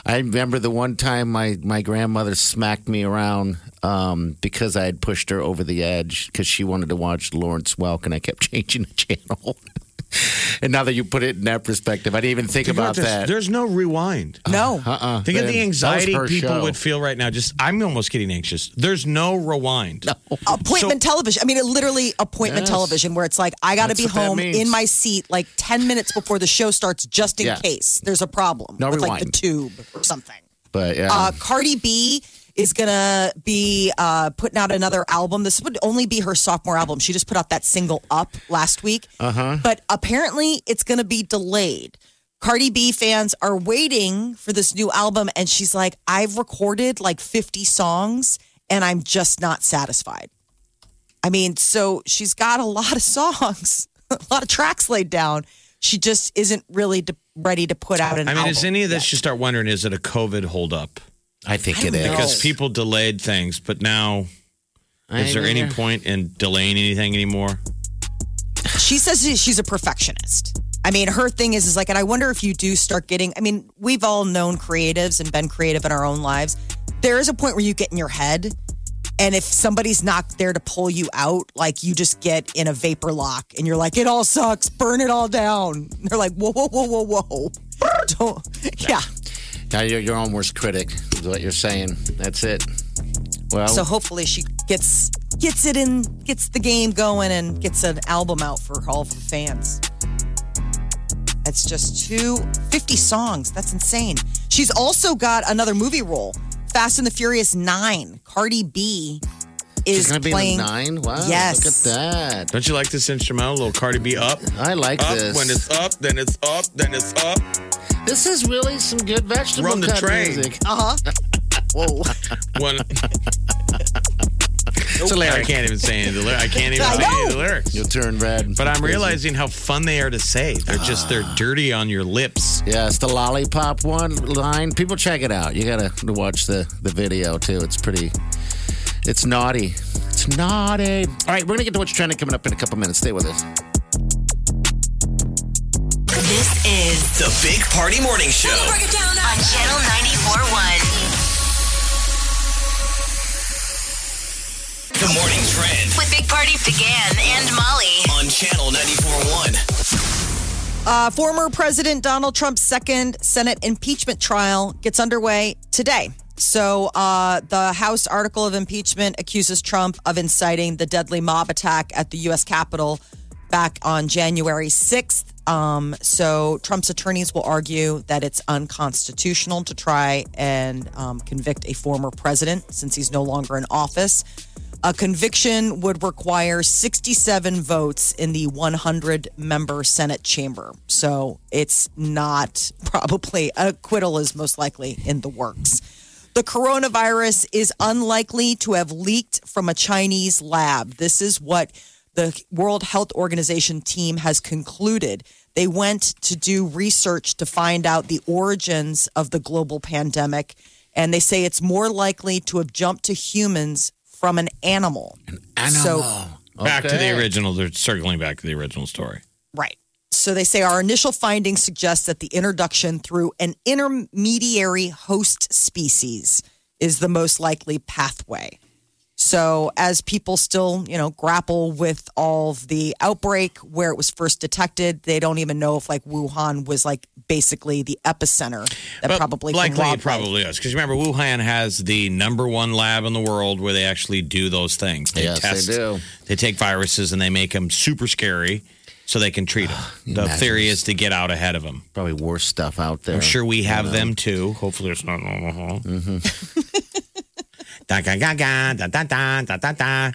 [SPEAKER 4] I remember the one time my, my grandmother smacked me around um, because I had pushed her over the edge because she wanted to watch Lawrence Welk and I kept changing the channel. and now that you put it in that perspective, I didn't even think
[SPEAKER 5] Think
[SPEAKER 4] about
[SPEAKER 5] this.
[SPEAKER 4] that.
[SPEAKER 5] There's no rewind.
[SPEAKER 3] No.
[SPEAKER 4] Uh-uh.
[SPEAKER 5] Think of
[SPEAKER 4] Man,
[SPEAKER 5] the
[SPEAKER 4] that was
[SPEAKER 5] anxiety
[SPEAKER 4] her
[SPEAKER 5] people
[SPEAKER 4] show.
[SPEAKER 5] would feel right now. Just, I'm almost getting anxious. There's no rewind.
[SPEAKER 3] appointment television. I mean, it literally appointment
[SPEAKER 4] Yes.
[SPEAKER 3] television, where it's like I got to
[SPEAKER 4] That's
[SPEAKER 3] be
[SPEAKER 4] what that
[SPEAKER 3] home
[SPEAKER 4] means.
[SPEAKER 3] in my seat like ten minutes before the show starts, just in
[SPEAKER 4] Yeah.
[SPEAKER 3] case there's a problem
[SPEAKER 4] No
[SPEAKER 3] with like the
[SPEAKER 4] rewind.
[SPEAKER 3] tube or something.
[SPEAKER 4] But yeah,
[SPEAKER 3] Uh, Cardi B is gonna be uh, putting out another album. This would only be her sophomore album. She just put out that single "Up" last week, uh-huh. but apparently it's gonna be delayed. Cardi B fans are waiting for this new album, and she's like, "I've recorded like 50 songs, and I'm just not satisfied." I mean, so she's got a lot of songs, a lot of tracks laid down. She just isn't really de- ready to put out an
[SPEAKER 5] I mean,
[SPEAKER 3] album.
[SPEAKER 5] is any of this
[SPEAKER 3] yet.
[SPEAKER 5] you start wondering is it a COVID holdup?
[SPEAKER 4] I think
[SPEAKER 3] I
[SPEAKER 4] it
[SPEAKER 3] don't
[SPEAKER 4] is.
[SPEAKER 3] know.
[SPEAKER 5] Because people delayed things, but now is there any point in delaying anything anymore?
[SPEAKER 3] she says she- she's a perfectionist. I mean, her thing is is like, and I wonder if you do start getting. I mean, we've all known creatives and been creative in our own lives. There is a point where you get in your head, and if somebody's not there to pull you out, like you just get in a vapor lock, and you're like, it all sucks, burn it all down. And they're like, whoa, whoa, whoa, whoa, whoa, don't, yeah.
[SPEAKER 4] Now you're your own worst critic, is what you're saying. That's it. Well,
[SPEAKER 3] So hopefully she gets gets it in, gets the game going, and gets an album out for all of the fans. That's just two, 50 songs. That's insane. She's also got another movie role, Fast and the Furious Nine. Cardi B is
[SPEAKER 4] it's going to be
[SPEAKER 3] playing
[SPEAKER 4] in the nine? Wow.
[SPEAKER 3] Yes.
[SPEAKER 4] Look at that.
[SPEAKER 5] Don't you like this instrumental? little Cardi B up?
[SPEAKER 4] I like
[SPEAKER 5] up,
[SPEAKER 4] this.
[SPEAKER 5] when it's up, then it's up, then it's up.
[SPEAKER 4] This is really some good vegetable
[SPEAKER 5] Run the
[SPEAKER 3] Uh-huh.
[SPEAKER 4] cut
[SPEAKER 5] train.
[SPEAKER 4] music.
[SPEAKER 3] Uh huh.
[SPEAKER 4] Whoa.
[SPEAKER 5] When
[SPEAKER 4] It's a
[SPEAKER 5] I
[SPEAKER 4] lyric.
[SPEAKER 5] can't even say any of the lyrics. I can't even say any of the lyrics.
[SPEAKER 4] You'll turn red.
[SPEAKER 5] But I'm realizing how fun they are to say. They're just they're
[SPEAKER 4] Ah.
[SPEAKER 5] dirty on your lips.
[SPEAKER 4] Yeah, it's the lollipop one line. People check it out. You gotta watch the the video too. It's pretty. It's naughty. It's naughty. All right, we're gonna get to what's trending coming up in a couple minutes. Stay with us.
[SPEAKER 2] This is
[SPEAKER 1] The Big Party Morning Show.
[SPEAKER 2] Break It Down on Channel 94.1
[SPEAKER 1] The Morning Trend
[SPEAKER 2] with Big Party began and Molly.
[SPEAKER 1] on Channel 94.1.
[SPEAKER 3] Uh, former President Donald Trump's second Senate impeachment trial gets underway today. So, uh, the House article of impeachment accuses Trump of inciting the deadly mob attack at the U.S. Capitol back on January 6th. Um, so, Trump's attorneys will argue that it's unconstitutional to try and um, convict a former president since he's no longer in office. A conviction would require 67 votes in the 100 member Senate chamber. So it's not probably acquittal is most likely in the works. The coronavirus is unlikely to have leaked from a Chinese lab. This is what the World Health Organization team has concluded. They went to do research to find out the origins of the global pandemic, and they say it's more likely to have jumped to humans from an animal. So,
[SPEAKER 5] Back to the
[SPEAKER 4] Okay.
[SPEAKER 5] original. They're circling back to the original story.
[SPEAKER 3] right. So they say our initial findings suggest that the introduction through an intermediary host species is the most likely pathway. So as people still, you know, grapple with all of the outbreak where it was first detected, they don't even know if like Wuhan was like basically the epicenter that
[SPEAKER 5] But
[SPEAKER 3] probably
[SPEAKER 5] likely
[SPEAKER 3] can
[SPEAKER 5] it probably is because remember Wuhan has the number one lab in the world where they actually do those things. They
[SPEAKER 4] Yes, they
[SPEAKER 5] test,
[SPEAKER 4] do.
[SPEAKER 5] They take viruses and they make them super scary so they can treat them. the
[SPEAKER 4] imagine
[SPEAKER 5] theory
[SPEAKER 4] this.
[SPEAKER 5] is to get out ahead of them.
[SPEAKER 4] Probably worse stuff out there.
[SPEAKER 5] I'm sure we have them too. Hopefully, it's not. Mm-hmm. da, ga, ga, ga, da, da, da, da, da, da.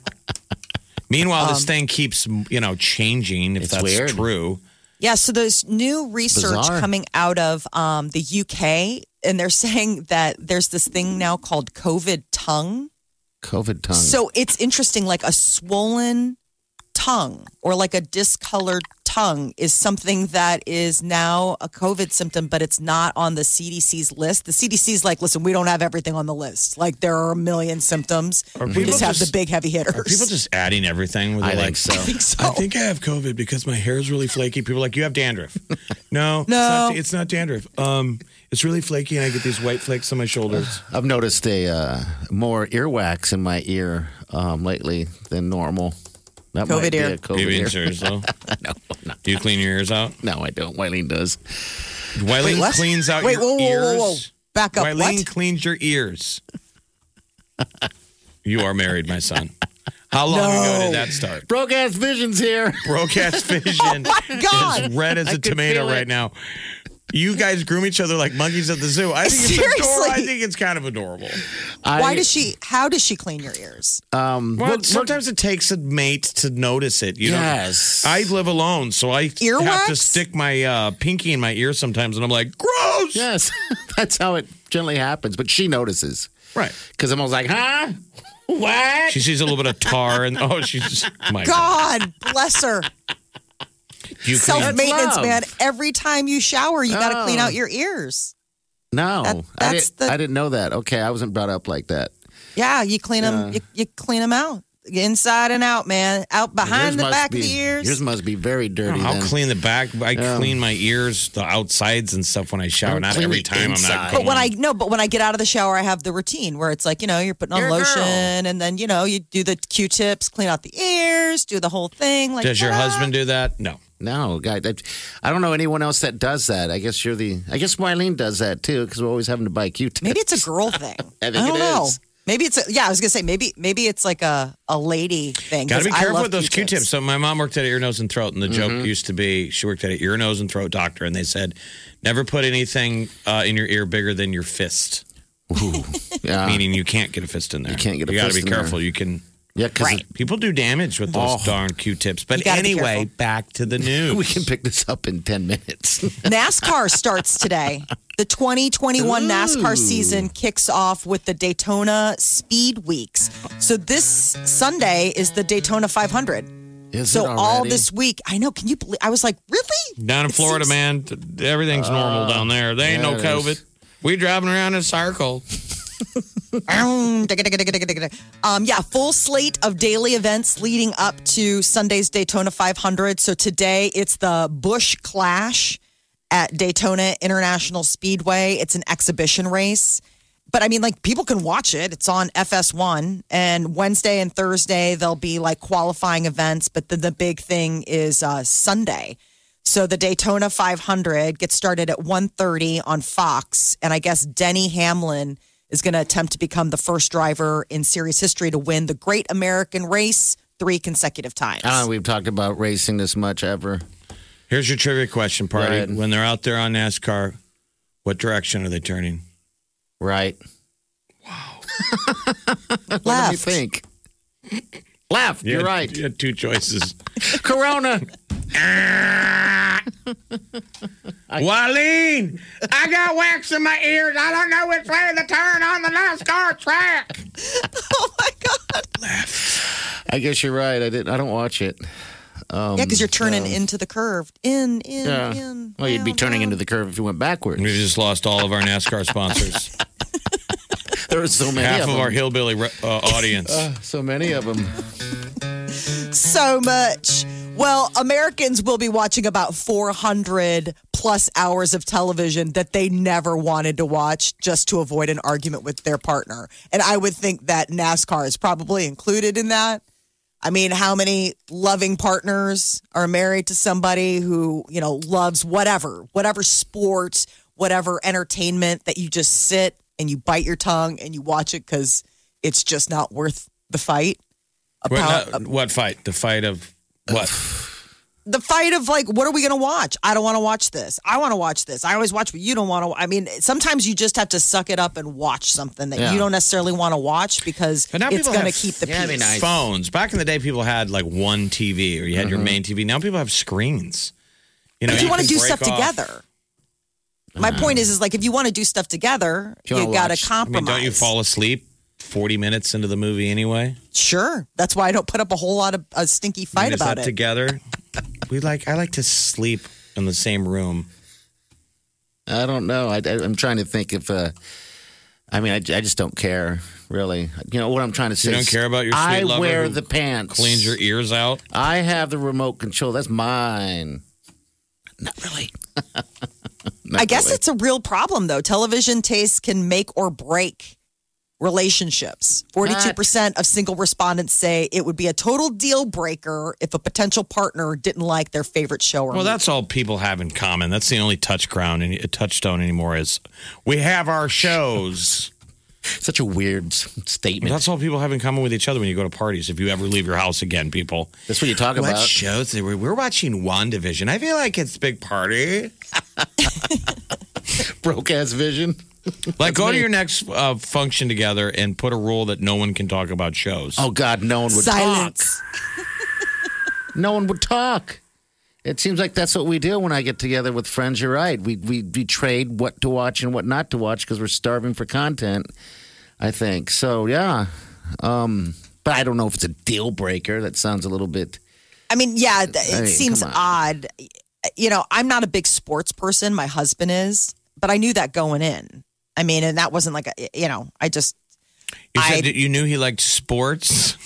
[SPEAKER 5] Meanwhile, this thing keeps you know changing. If
[SPEAKER 4] It's
[SPEAKER 5] that's
[SPEAKER 4] weird.
[SPEAKER 5] true,
[SPEAKER 3] Yeah, so there's new research
[SPEAKER 4] Bizarre.
[SPEAKER 3] coming out of um, the UK, and they're saying that there's this thing now called COVID tongue.
[SPEAKER 4] COVID tongue.
[SPEAKER 3] So it's interesting, like a swollen tongue or like a discolored tongue is something that is now a COVID symptom, but it's not on the CDC's list. The CDC's like, listen, we don't have everything on the list. Like there are a million symptoms. We
[SPEAKER 5] people
[SPEAKER 3] just have the
[SPEAKER 5] just-
[SPEAKER 3] big heavy hitters.
[SPEAKER 5] are people just adding everything? Where
[SPEAKER 4] I
[SPEAKER 5] they're
[SPEAKER 4] think
[SPEAKER 5] like,
[SPEAKER 4] so.
[SPEAKER 3] I think so.
[SPEAKER 5] I think I have COVID because my hair is really flaky. People are like, you have dandruff.
[SPEAKER 3] No.
[SPEAKER 5] No, it's not, it's not dandruff. Um, it's really flaky, and I get these white flakes on my shoulders.
[SPEAKER 4] I've noticed a uh, more earwax in my ear um, lately than normal. That
[SPEAKER 3] COVID
[SPEAKER 4] might be
[SPEAKER 3] ear.
[SPEAKER 4] a COVID
[SPEAKER 5] Do you
[SPEAKER 4] ear.
[SPEAKER 5] ears though?
[SPEAKER 4] No, no,
[SPEAKER 5] Do you clean your ears out?
[SPEAKER 4] no, I don't. Wileen does.
[SPEAKER 5] Wileen
[SPEAKER 3] what?
[SPEAKER 5] cleans out
[SPEAKER 3] Wait,
[SPEAKER 5] your
[SPEAKER 3] whoa, whoa,
[SPEAKER 5] ears.
[SPEAKER 3] whoa, whoa. Back up.
[SPEAKER 5] Wileen
[SPEAKER 3] What?
[SPEAKER 5] cleans your ears. you are married, my son. How long ago did that start?
[SPEAKER 4] Broke ass visions here.
[SPEAKER 5] Broadcast vision
[SPEAKER 3] God.
[SPEAKER 5] is red as a
[SPEAKER 4] I can
[SPEAKER 5] tomato
[SPEAKER 4] feel it.
[SPEAKER 5] right now. You guys groom each other like monkeys at the zoo. I think it's adorable. I
[SPEAKER 3] Seriously.
[SPEAKER 5] think it's kind of adorable.
[SPEAKER 3] Why does she, how does she clean your ears?
[SPEAKER 5] Well, sometimes it takes a mate to notice it. You
[SPEAKER 4] Yes.
[SPEAKER 5] Know? I live alone, so I have to
[SPEAKER 3] Earwax?
[SPEAKER 5] stick my uh, pinky in my ear sometimes, and I'm like, gross.
[SPEAKER 4] Yes, that's how it generally happens. But she notices
[SPEAKER 5] Right.
[SPEAKER 4] because I'm always like, huh? What?
[SPEAKER 5] She sees a little bit of tar, and oh, she's my God.
[SPEAKER 3] God bless her.
[SPEAKER 5] You
[SPEAKER 3] Self
[SPEAKER 5] can,
[SPEAKER 3] maintenance,
[SPEAKER 4] love.
[SPEAKER 3] man. Every time you shower, you got to
[SPEAKER 4] Oh.
[SPEAKER 3] clean out your ears.
[SPEAKER 4] no,
[SPEAKER 3] That-
[SPEAKER 4] I,
[SPEAKER 3] that's
[SPEAKER 4] didn't,
[SPEAKER 3] the-
[SPEAKER 4] I didn't know that. Okay, I wasn't brought up like that.
[SPEAKER 3] Yeah, you clean them. You, you clean them out, inside and out, man. Out behind
[SPEAKER 4] Yours
[SPEAKER 3] the
[SPEAKER 4] must
[SPEAKER 3] back
[SPEAKER 4] be,
[SPEAKER 3] of the ears.
[SPEAKER 4] Yours must be very dirty.
[SPEAKER 5] I'll
[SPEAKER 4] then.
[SPEAKER 5] clean the back. I clean my ears, the outsides and stuff when I shower.
[SPEAKER 4] Don't
[SPEAKER 5] Not
[SPEAKER 4] clean
[SPEAKER 5] every
[SPEAKER 4] the
[SPEAKER 5] time. I'm not.
[SPEAKER 4] inside.
[SPEAKER 5] Going.
[SPEAKER 3] but when I no, but when I get out of the shower, I have the routine where it's like you know you're putting on
[SPEAKER 4] You're a
[SPEAKER 3] lotion,
[SPEAKER 4] girl.
[SPEAKER 3] and then you know you do the Q-tips, clean out the ears, do the whole thing. Like "Ah!"
[SPEAKER 5] does your
[SPEAKER 3] ta-da.
[SPEAKER 5] husband do that? No.
[SPEAKER 4] No, guy, that, I don't know anyone else that does that. I guess you're the. I guess Wileen does that too because we're always having to buy Q-tips.
[SPEAKER 3] Maybe it's a girl thing.
[SPEAKER 4] I think
[SPEAKER 3] don't
[SPEAKER 4] it
[SPEAKER 3] know.
[SPEAKER 4] is.
[SPEAKER 3] Maybe it's a, yeah. I was gonna say maybe maybe it's like a a lady thing.
[SPEAKER 5] Got to
[SPEAKER 3] 'cause
[SPEAKER 5] be
[SPEAKER 3] I
[SPEAKER 5] careful
[SPEAKER 3] love
[SPEAKER 5] with those Q-tips. So my mom worked at an ear, nose, and throat, and the
[SPEAKER 4] Mm-hmm.
[SPEAKER 5] joke used to be she worked at an ear, nose, and throat doctor, and they said, never put anything uh, in your ear bigger than your fist.
[SPEAKER 4] yeah.
[SPEAKER 5] Meaning you can't get a fist in there.
[SPEAKER 4] You can't get a
[SPEAKER 5] You gotta
[SPEAKER 4] fist
[SPEAKER 5] be
[SPEAKER 4] in
[SPEAKER 5] careful. You can
[SPEAKER 4] Yeah, because
[SPEAKER 5] People do damage with those
[SPEAKER 4] Oh.
[SPEAKER 5] darn Q-tips. But
[SPEAKER 3] gotta be
[SPEAKER 5] anyway,
[SPEAKER 3] careful.
[SPEAKER 5] back to the news.
[SPEAKER 4] we can pick this up in 10 minutes.
[SPEAKER 3] NASCAR starts today. The 2021 NASCAR season kicks off with the Daytona Speed Weeks. So this Sunday is the Daytona 500.
[SPEAKER 4] Is
[SPEAKER 3] So
[SPEAKER 4] it
[SPEAKER 3] all
[SPEAKER 4] already?
[SPEAKER 3] this week, I know. Can you believe? I was like, really?
[SPEAKER 5] Down in
[SPEAKER 3] It
[SPEAKER 5] Florida,
[SPEAKER 3] seems-
[SPEAKER 5] man, th- everything's normal down there. There ain't no
[SPEAKER 4] Uh, yeah, it is.
[SPEAKER 5] COVID. We driving around in a circle.
[SPEAKER 3] Ow, digga, digga, digga, digga, digga. Um, yeah, full slate of daily events leading up to Sunday's Daytona 500. So today it's the Bush Clash at Daytona International Speedway. It's an exhibition race. But I mean, like, people can watch it. It's on FS1. And Wednesday and Thursday, there'll be like qualifying events. But then the big thing is uh, Sunday. So the Daytona 500 gets started at 1:30 on Fox, and I guess Denny Hamlin is going to attempt to become the first driver in series history to win the Great American Race three consecutive times.
[SPEAKER 4] I don't know, we've talked about racing this much ever.
[SPEAKER 5] Here's your trivia question, party.
[SPEAKER 4] Right.
[SPEAKER 5] When they're out there on NASCAR, what direction are they turning?
[SPEAKER 4] Right. What do you
[SPEAKER 3] Left.
[SPEAKER 4] think? Left. You're
[SPEAKER 5] had-
[SPEAKER 4] right.
[SPEAKER 5] You had two choices.
[SPEAKER 4] Corona.
[SPEAKER 5] Wileen, I got wax in my ears. I don't know which way to turn on the NASCAR track.
[SPEAKER 3] Oh my god!
[SPEAKER 4] I guess you're right. I didn't. I don't watch it.
[SPEAKER 3] yeah, because you're turning into the curve, in, in,
[SPEAKER 4] Yeah.
[SPEAKER 3] in.
[SPEAKER 4] Well, you'd be turning into the curve if you went backwards.
[SPEAKER 5] We just lost all of our NASCAR sponsors.
[SPEAKER 4] There were so many of
[SPEAKER 5] Half of
[SPEAKER 4] them.
[SPEAKER 5] our hillbilly re- uh, audience.
[SPEAKER 4] so many of them.
[SPEAKER 3] so much. Well, Americans will be watching about 400 plus hours of television that they never wanted to watch just to avoid an argument with their partner. And I would think that NASCAR is probably included in that. I mean, how many loving partners are married to somebody who, you know, loves whatever, whatever sport, whatever entertainment that you just sit and you bite your tongue and you watch it because it's just not worth the fight? A
[SPEAKER 5] Wait,
[SPEAKER 3] pound-
[SPEAKER 5] not- what fight? The fight of what?
[SPEAKER 3] the fight of like, what are we going to watch? I don't want to watch this. I want to watch this. I always watch what you don't want to. I mean, sometimes you just have to suck it up and watch something that
[SPEAKER 4] Yeah.
[SPEAKER 3] you don't necessarily want to watch because
[SPEAKER 5] But now
[SPEAKER 3] it's
[SPEAKER 5] people
[SPEAKER 3] going to
[SPEAKER 5] have-
[SPEAKER 3] keep the
[SPEAKER 4] yeah, I
[SPEAKER 3] peace.
[SPEAKER 4] mean, I-
[SPEAKER 5] phones. Back in the day, people had like one TV or you had your
[SPEAKER 4] Uh-huh.
[SPEAKER 5] main TV. Now people have screens. know,
[SPEAKER 3] if you want to
[SPEAKER 5] can
[SPEAKER 3] do
[SPEAKER 5] break
[SPEAKER 3] stuff
[SPEAKER 5] off- Mm.
[SPEAKER 3] together, my point is, is like if you want to do stuff together,
[SPEAKER 4] you wanna
[SPEAKER 3] you got
[SPEAKER 4] watch-
[SPEAKER 3] to
[SPEAKER 5] I mean,
[SPEAKER 3] compromise.
[SPEAKER 5] don't you fall asleep 40 minutes into the movie anyway?
[SPEAKER 3] Sure, that's why I don't put up a whole lot of a stinky
[SPEAKER 5] I mean,
[SPEAKER 3] fight
[SPEAKER 5] it's
[SPEAKER 3] about
[SPEAKER 5] not
[SPEAKER 3] it.
[SPEAKER 5] together. We like, I like to sleep in the same room.
[SPEAKER 4] I don't know. I, am trying to think if. Uh, I mean, I, I just don't care, really. You know what I'm trying to say?
[SPEAKER 5] You don't
[SPEAKER 4] is
[SPEAKER 5] care about your sweet
[SPEAKER 4] I
[SPEAKER 5] lover
[SPEAKER 4] wear
[SPEAKER 5] who
[SPEAKER 4] the pants.
[SPEAKER 5] Cleans your ears out.
[SPEAKER 4] I have the remote control. That's mine. Not really.
[SPEAKER 3] I guess it's a real problem, though. Television tastes can make or break relationships. 42% of single respondents say it would be a total deal breaker if a potential partner didn't like their favorite show or
[SPEAKER 5] Well,
[SPEAKER 3] movie.
[SPEAKER 5] that's all people have in common. That's the only touch ground and touchstone anymore is we have our shows.
[SPEAKER 4] such a weird s- statement.
[SPEAKER 5] That's all people have in common with each other when you go to parties. If you ever leave your house again, people.
[SPEAKER 4] That's what you talk
[SPEAKER 5] What
[SPEAKER 4] about.
[SPEAKER 5] shows? They were, we're watching WandaVision. I feel like it's big party.
[SPEAKER 4] Broke ass vision.
[SPEAKER 5] Like, go to your next uh, function together and put a rule that no one can talk about shows.
[SPEAKER 4] Oh God, no one would
[SPEAKER 3] silence.
[SPEAKER 4] talk. No one would talk. It seems like that's what we do when I get together with friends. You're right. We we, we trade what to watch and what not to watch because we're starving for content. I think so. Yeah. Um, but I don't know if it's a deal breaker. That sounds a little bit.
[SPEAKER 3] I mean, yeah, th- it
[SPEAKER 4] I mean,
[SPEAKER 3] seems
[SPEAKER 4] come
[SPEAKER 3] odd. You know, I'm not a big sports person. My husband is, but I knew that going in. I mean, and that wasn't like, a, you know, I just,
[SPEAKER 5] you said
[SPEAKER 3] I-
[SPEAKER 5] that you knew he liked sports.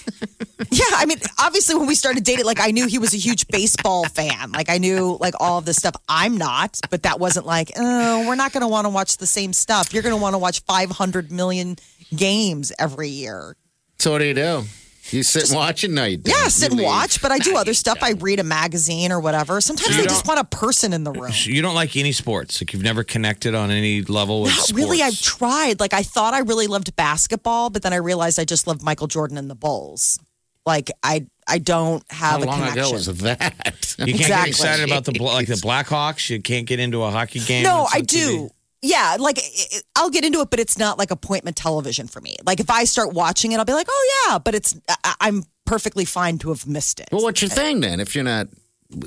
[SPEAKER 3] Yeah, I mean, obviously when we started dating, like I knew he was a huge baseball fan. Like I knew like all of this stuff. I'm not, but that wasn't like, oh, we're not going to want to watch the same stuff. You're going to want to watch 500 million games every year.
[SPEAKER 4] So what do you do? You sit and watch it? No, you don't.
[SPEAKER 3] Yeah, sit
[SPEAKER 4] You
[SPEAKER 3] and
[SPEAKER 4] leave.
[SPEAKER 3] watch, but I do other stuff. I read a magazine or whatever. Sometimes
[SPEAKER 5] you
[SPEAKER 3] I just
[SPEAKER 5] don't-
[SPEAKER 3] want a person in the room.
[SPEAKER 5] You don't like any sports. Like, you've never connected on any level with
[SPEAKER 3] Not
[SPEAKER 5] sports.
[SPEAKER 3] really. I've tried. Like I thought I really loved basketball, but then I realized I just loved Michael Jordan and the Bulls. Like I, I don't
[SPEAKER 4] How
[SPEAKER 3] have a
[SPEAKER 4] long
[SPEAKER 3] connection.
[SPEAKER 4] ago was that?
[SPEAKER 5] You can't
[SPEAKER 3] Exactly.
[SPEAKER 5] get excited about the Bla- like the Blackhawks. You can't get into a hockey game.
[SPEAKER 3] No,
[SPEAKER 5] that's
[SPEAKER 3] I
[SPEAKER 5] on TV.
[SPEAKER 3] do. yeah, like it- it- I'll get into it, but it's not like appointment television for me. Like if I start watching it, I'll be like, oh yeah, but it's I, I'm perfectly fine to have missed it.
[SPEAKER 4] Well, what's your thing then? If you're not,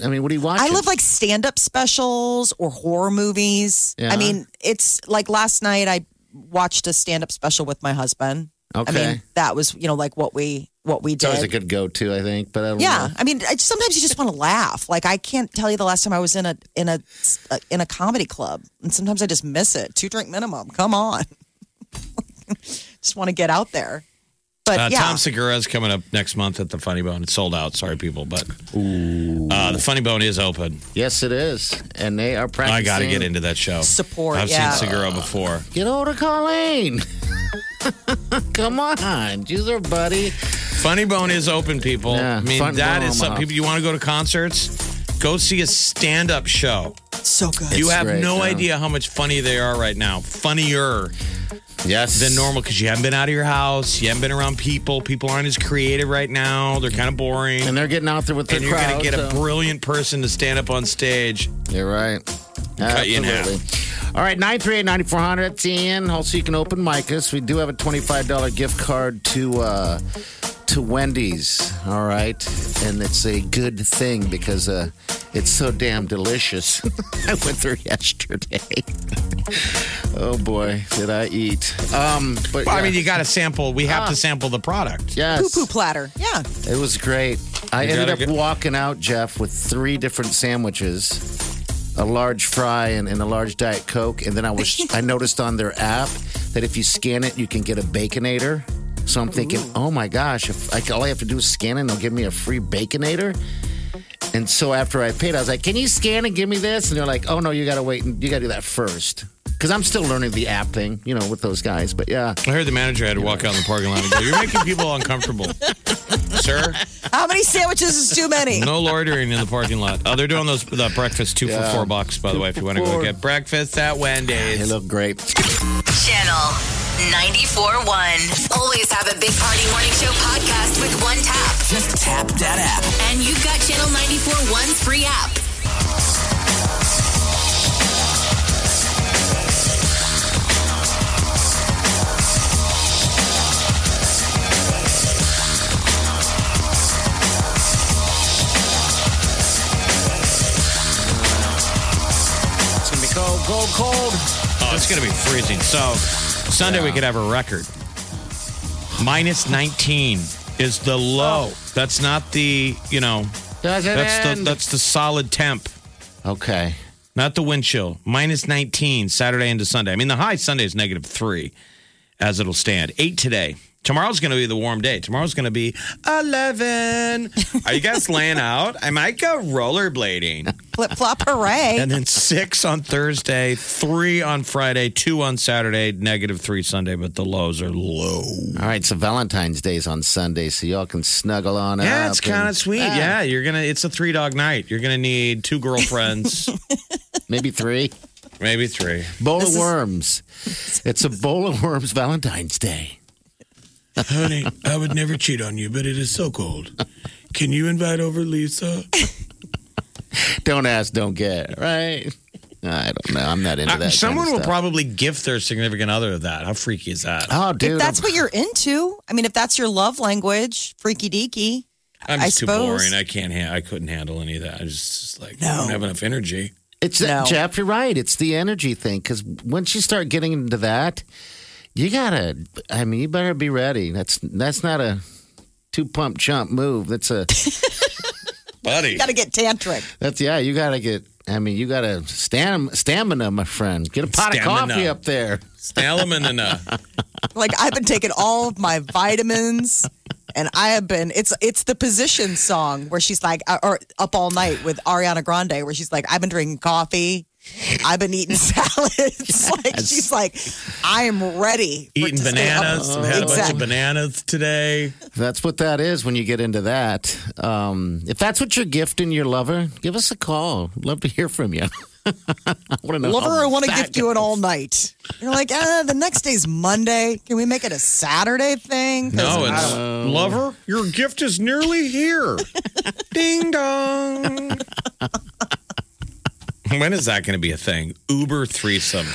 [SPEAKER 4] I mean, what do you watch?
[SPEAKER 3] I love like stand up specials or horror movies.
[SPEAKER 4] Yeah.
[SPEAKER 3] I mean, it's like last night I watched a stand up special with my husband. I
[SPEAKER 4] Okay.
[SPEAKER 3] mean, that was, you know, like what we what we
[SPEAKER 4] It's always a
[SPEAKER 3] did.
[SPEAKER 4] good go-to, I think. But I don't
[SPEAKER 3] yeah.
[SPEAKER 4] know.
[SPEAKER 3] I mean, I, sometimes you just want to laugh. Like I can't tell you the last time I was in a in a uh, in a comedy club. And sometimes I just miss it. Two drink minimum. Come on. just want to get out there. But
[SPEAKER 5] Uh,
[SPEAKER 3] yeah.
[SPEAKER 5] Tom Segura is coming up next month at the Funny Bone. It's sold out. Sorry, people, but Uh, the Funny Bone is open.
[SPEAKER 4] yes, it is, and they are practicing.
[SPEAKER 5] I got to get into that show.
[SPEAKER 3] Support,
[SPEAKER 5] I've
[SPEAKER 3] yeah.
[SPEAKER 5] seen Segura before.
[SPEAKER 4] Get over to Colleen. Come on, use her, buddy.
[SPEAKER 5] Funny Bone is open, people.
[SPEAKER 4] Yeah,
[SPEAKER 5] I mean,
[SPEAKER 4] Funny
[SPEAKER 5] that
[SPEAKER 4] Bone
[SPEAKER 5] is something.
[SPEAKER 4] Omaha.
[SPEAKER 5] People, you want to go to concerts? Go see a stand-up show.
[SPEAKER 3] so good.
[SPEAKER 5] you have
[SPEAKER 4] great,
[SPEAKER 5] no
[SPEAKER 4] yeah.
[SPEAKER 5] idea how much funny they are right now. Funnier
[SPEAKER 4] Yes,
[SPEAKER 5] than normal because you haven't been out of your house. You haven't been around people. People aren't as creative right now. They're kind of boring.
[SPEAKER 4] and they're getting out there with their
[SPEAKER 5] and you're going
[SPEAKER 4] crowd.
[SPEAKER 5] to get
[SPEAKER 4] so-
[SPEAKER 5] a brilliant person to stand up on stage.
[SPEAKER 4] You're right.
[SPEAKER 5] Cut you in half.
[SPEAKER 4] Absolutely. All right, 938-9400. That's Ian. Also, you can open Micah's. We do have a $25 gift card to uh, to Wendy's. All right. And it's a good thing because uh, it's so damn delicious. I went there yesterday. oh, boy. Did I eat. Um, but
[SPEAKER 5] Well, I
[SPEAKER 4] yeah.
[SPEAKER 5] mean, you got to sample. We
[SPEAKER 4] Ah.
[SPEAKER 5] have to sample the product.
[SPEAKER 4] Yes.
[SPEAKER 3] Poo poo platter. Yeah.
[SPEAKER 4] It was great. I
[SPEAKER 5] You
[SPEAKER 4] ended
[SPEAKER 5] gotta
[SPEAKER 4] up
[SPEAKER 5] get-
[SPEAKER 4] walking out, Jeff, with three different sandwiches, a large fry and, and a large diet coke, and then I was I noticed on their app that if you scan it, you can get a baconator. So I'm thinking, oh my gosh, if I, all I have to do is scan it, and they'll give me a free baconator. And so after I paid, I was like, "Can you scan and give me this?" And they're like, "Oh no, you gotta wait. and You gotta do that first. Because I'm still learning the app thing, you know, with those guys. But yeah,
[SPEAKER 5] I heard the manager had to walk out in the parking lot and go, You're making people uncomfortable. Sir,
[SPEAKER 3] How many sandwiches is too many?
[SPEAKER 5] no loitering in the parking lot. Oh, they're doing those the breakfast two for
[SPEAKER 4] Yeah.
[SPEAKER 5] four bucks, by the way, if you want to go
[SPEAKER 4] Four.
[SPEAKER 5] get breakfast at
[SPEAKER 4] they
[SPEAKER 5] Wendy's.
[SPEAKER 4] look great.
[SPEAKER 2] Channel 94.1. Always have a Big Party Morning Show podcast with one tap. Just tap that app. And you've got Channel 94.1's free app.
[SPEAKER 4] It's gonna be cold, cold, cold.
[SPEAKER 5] Oh, it's going to be freezing. So, Sunday we could have a record. Minus 19 is the low. That's not the, you know,
[SPEAKER 4] Does it
[SPEAKER 5] that's the,
[SPEAKER 4] end?
[SPEAKER 5] that's the solid temp.
[SPEAKER 4] okay.
[SPEAKER 5] Not the wind chill. Minus 19 Saturday into Sunday. I mean, the high Sunday is negative three as it'll stand. Eight today. Tomorrow's going to be the warm day. Tomorrow's going to be 11. Are you guys laying out? I might go rollerblading.
[SPEAKER 3] Flip flop hooray.
[SPEAKER 5] And then six on Thursday, three on Friday, two on Saturday, negative three Sunday, but the lows are low.
[SPEAKER 4] All right, so Valentine's Day's on Sunday, so y'all can snuggle on up.
[SPEAKER 5] Yeah, it's
[SPEAKER 4] and- Ah,
[SPEAKER 5] kind of sweet. Yeah, you're going to, it's a three dog night. You're going to need two girlfriends,
[SPEAKER 4] Maybe three.
[SPEAKER 5] maybe three.
[SPEAKER 4] Bowl
[SPEAKER 3] This
[SPEAKER 4] of
[SPEAKER 3] is-
[SPEAKER 4] worms. It's a bowl of worms Valentine's Day.
[SPEAKER 8] Honey, I would never cheat on you, but it is so cold. Can you invite over Lisa?
[SPEAKER 4] Don't ask, don't get, right? I don't know. I'm not into that.
[SPEAKER 5] Uh,
[SPEAKER 4] kind
[SPEAKER 5] someone
[SPEAKER 4] of
[SPEAKER 5] will
[SPEAKER 4] stuff.
[SPEAKER 5] probably gift their significant other that. How freaky is that?
[SPEAKER 4] Oh, dude.
[SPEAKER 3] if that's
[SPEAKER 4] I'm-
[SPEAKER 3] what you're into, I mean, if that's your love language, freaky deaky.
[SPEAKER 5] I'm
[SPEAKER 3] I
[SPEAKER 5] just too
[SPEAKER 3] suppose.
[SPEAKER 5] boring. I can't. Ha- I couldn't handle any of that. I just just like I don't have enough energy.
[SPEAKER 4] it's
[SPEAKER 3] No.
[SPEAKER 4] Jeff. You're right. It's the energy thing because once you start getting into that, you gotta. I mean, you better be ready. That's that's not a two pump jump move. That's a.
[SPEAKER 5] Buddy,
[SPEAKER 3] You got to get tantric.
[SPEAKER 4] That's yeah. You gotta get. I mean, you gotta stam, stamina, my friend. Get a pot
[SPEAKER 5] Stamina.
[SPEAKER 4] of coffee up there.
[SPEAKER 5] element enough.
[SPEAKER 3] Like I've been taking all of my vitamins, and I have been. It's it's the position song where she's like, uh, or up all night with Ariana Grande, where she's like, I've been drinking coffee. I've been eating salads. like she's like, I am ready. for-
[SPEAKER 5] Eating
[SPEAKER 3] to stay up."
[SPEAKER 5] bananas. We had a bunch of
[SPEAKER 3] Exactly.
[SPEAKER 5] bananas today.
[SPEAKER 4] That's what that is when you get into that. Um, if that's what you're gifting your lover, give us a call. Love to hear from you. I want to know.
[SPEAKER 3] Lover,
[SPEAKER 4] how
[SPEAKER 3] I want to
[SPEAKER 4] fat
[SPEAKER 3] gift you an all night. You're like, uh, the next day's Monday. Can we make it a Saturday thing? 'Cause
[SPEAKER 5] No, it's lover. Your gift is nearly here. Ding dong. When is that going to be a thing? Uber threesome.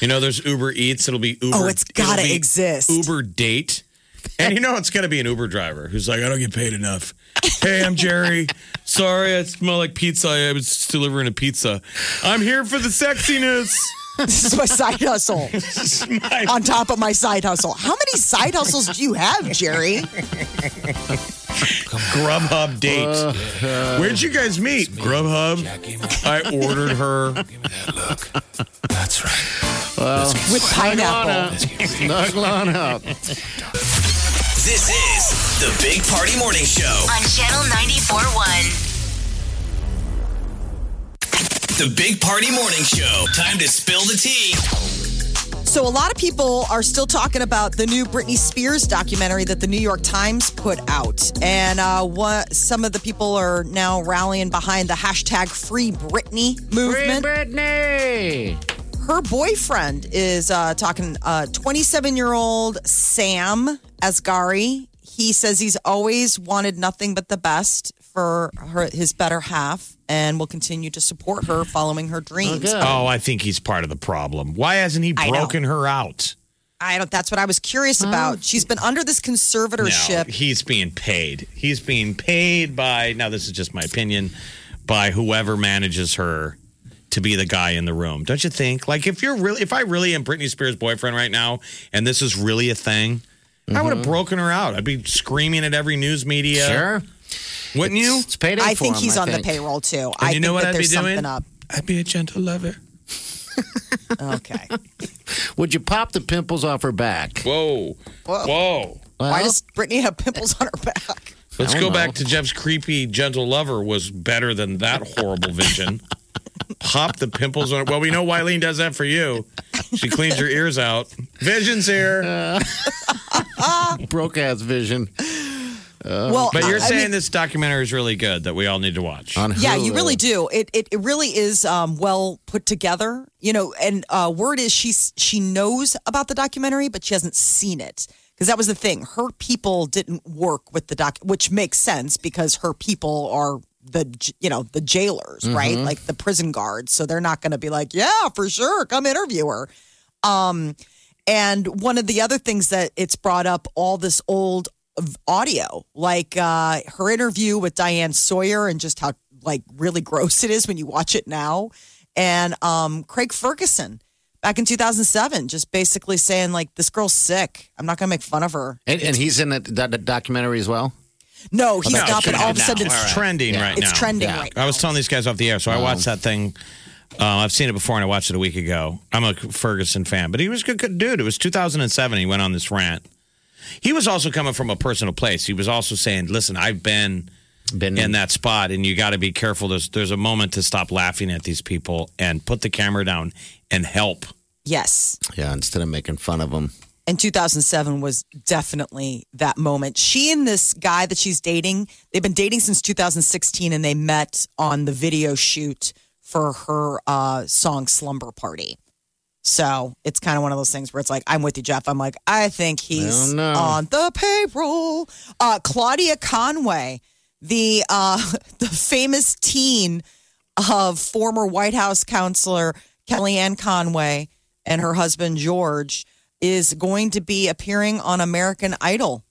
[SPEAKER 5] You know, there's Uber Eats. It'll be Uber.
[SPEAKER 3] Oh, it's gotta
[SPEAKER 5] it'll be
[SPEAKER 3] exist.
[SPEAKER 5] Uber Date. And you know it's going to be an Uber driver who's like, I don't get paid enough. Hey, I'm Jerry. Sorry, I smell like pizza. I was just delivering a pizza. I'm here for the sexiness.
[SPEAKER 3] This is my side hustle
[SPEAKER 5] This is my-
[SPEAKER 3] on top of my side hustle. How many side hustles do you have, Jerry?
[SPEAKER 5] Grubhub date. Where'd you guys meet? Grubhub. I ordered her.
[SPEAKER 3] With pineapple.
[SPEAKER 4] Snuggle on up.
[SPEAKER 1] This is the Big Party Morning Show.
[SPEAKER 2] on Channel 94.1.
[SPEAKER 1] The Big Party Morning Show. Time to spill the tea.
[SPEAKER 3] So, a lot of people are still talking about the new Britney Spears documentary that the New York Times put out. And uh, what, some of the people are now rallying behind the hashtag Free Britney movement.
[SPEAKER 4] Brittany.
[SPEAKER 3] her boyfriend is uh, talking 27 year old Sam Asghari. He says he's always wanted nothing but the best for her, his better half and will continue to support her following her dreams.
[SPEAKER 5] Oh, I think he's part of the problem. Why hasn't he
[SPEAKER 3] I know.
[SPEAKER 5] broken her out?
[SPEAKER 3] I don't, that's what I was curious about. She's been under this
[SPEAKER 5] No,
[SPEAKER 3] conservatorship.
[SPEAKER 5] he's being paid. He's being paid by, now this is just my opinion, by whoever manages her to be the guy in the room. Don't you think? Like, if you're really, if I really am Britney Spears' boyfriend right now and this is really a thing, I would have broken her out. I'd be screaming at every news media.
[SPEAKER 4] Sure.
[SPEAKER 5] Wouldn't you?
[SPEAKER 4] It's payday
[SPEAKER 3] I
[SPEAKER 4] for
[SPEAKER 3] think
[SPEAKER 4] him,
[SPEAKER 3] he's
[SPEAKER 4] I
[SPEAKER 3] on
[SPEAKER 4] think.
[SPEAKER 3] the payroll too. I
[SPEAKER 5] you
[SPEAKER 3] think
[SPEAKER 5] know what
[SPEAKER 3] that
[SPEAKER 5] I'd be
[SPEAKER 3] there's something
[SPEAKER 5] doing?
[SPEAKER 3] up.
[SPEAKER 5] I'd be a gentle lover.
[SPEAKER 3] Okay.
[SPEAKER 4] Would you pop the pimples off her back?
[SPEAKER 5] Whoa. Whoa.
[SPEAKER 3] Why
[SPEAKER 4] Well,
[SPEAKER 3] does Brittany have pimples on her back?
[SPEAKER 4] I
[SPEAKER 5] Let's go
[SPEAKER 4] don't know.
[SPEAKER 5] back to Jeff's creepy gentle lover was better than that horrible vision. Pop the pimples on it. Well, we know Wileen does that for you. She cleans your ears out. Vision's
[SPEAKER 3] Uh,
[SPEAKER 5] here.
[SPEAKER 4] broke ass vision
[SPEAKER 3] well,
[SPEAKER 5] But you're
[SPEAKER 3] I- I
[SPEAKER 5] saying
[SPEAKER 3] mean-
[SPEAKER 5] this documentary is really good that we all need to watch.
[SPEAKER 4] on
[SPEAKER 3] Yeah, you
[SPEAKER 4] Hulu.
[SPEAKER 3] really do. It it, it really is um, well put together. You know, and uh, word is she she knows about the documentary, but she hasn't seen it because that was the thing. Her people didn't work with the doc, which makes sense because her people are the j- you know the jailers, right?
[SPEAKER 4] Mm-hmm.
[SPEAKER 3] Like the prison guards, so they're not going to be like, yeah, for sure, come interview her. And one of the other things that it's brought up all this old v- audio, like uh, her interview with Diane Sawyer, and just how like really gross it is when you watch it now. And um, Craig Ferguson back in 2007, just basically saying like, "This girl's sick. I'm not gonna make fun of her."
[SPEAKER 4] And, and he's in that, that, that documentary as well.
[SPEAKER 3] No, he's
[SPEAKER 5] No,
[SPEAKER 3] not. But
[SPEAKER 5] it's
[SPEAKER 3] all of a
[SPEAKER 5] not.
[SPEAKER 3] sudden,
[SPEAKER 5] it's
[SPEAKER 3] it's,
[SPEAKER 5] trending right now.
[SPEAKER 3] it's trending
[SPEAKER 4] Yeah.
[SPEAKER 3] right now. Oh.
[SPEAKER 5] I was telling these guys off the air, so I watched that thing. Uh, I've seen it before, and I watched it a week ago. I'm a Ferguson fan, but he was a good, good dude. It was 2007. He went on this rant. He was also coming from a personal place. He was also saying, "Listen, I've been."
[SPEAKER 4] Been
[SPEAKER 5] in that spot and you got to be careful there's there's a moment to stop laughing at these people and put the camera down and help
[SPEAKER 3] Yes.
[SPEAKER 4] Yeah, instead of making fun of him.
[SPEAKER 3] And 2007 was definitely that moment. She and this guy that she's dating, they've been dating since 2016 and they met on the video shoot for her uh, song Slumber Party. So it's kind of one of those things where it's like, I'm with you, Jeff. I'm like, I think he's
[SPEAKER 4] don't know.
[SPEAKER 3] on the payroll. Uh, Claudia Conway, the uh, the famous teen of former White House counselor Kellyanne Conway and her husband George, is going to be appearing on American Idol.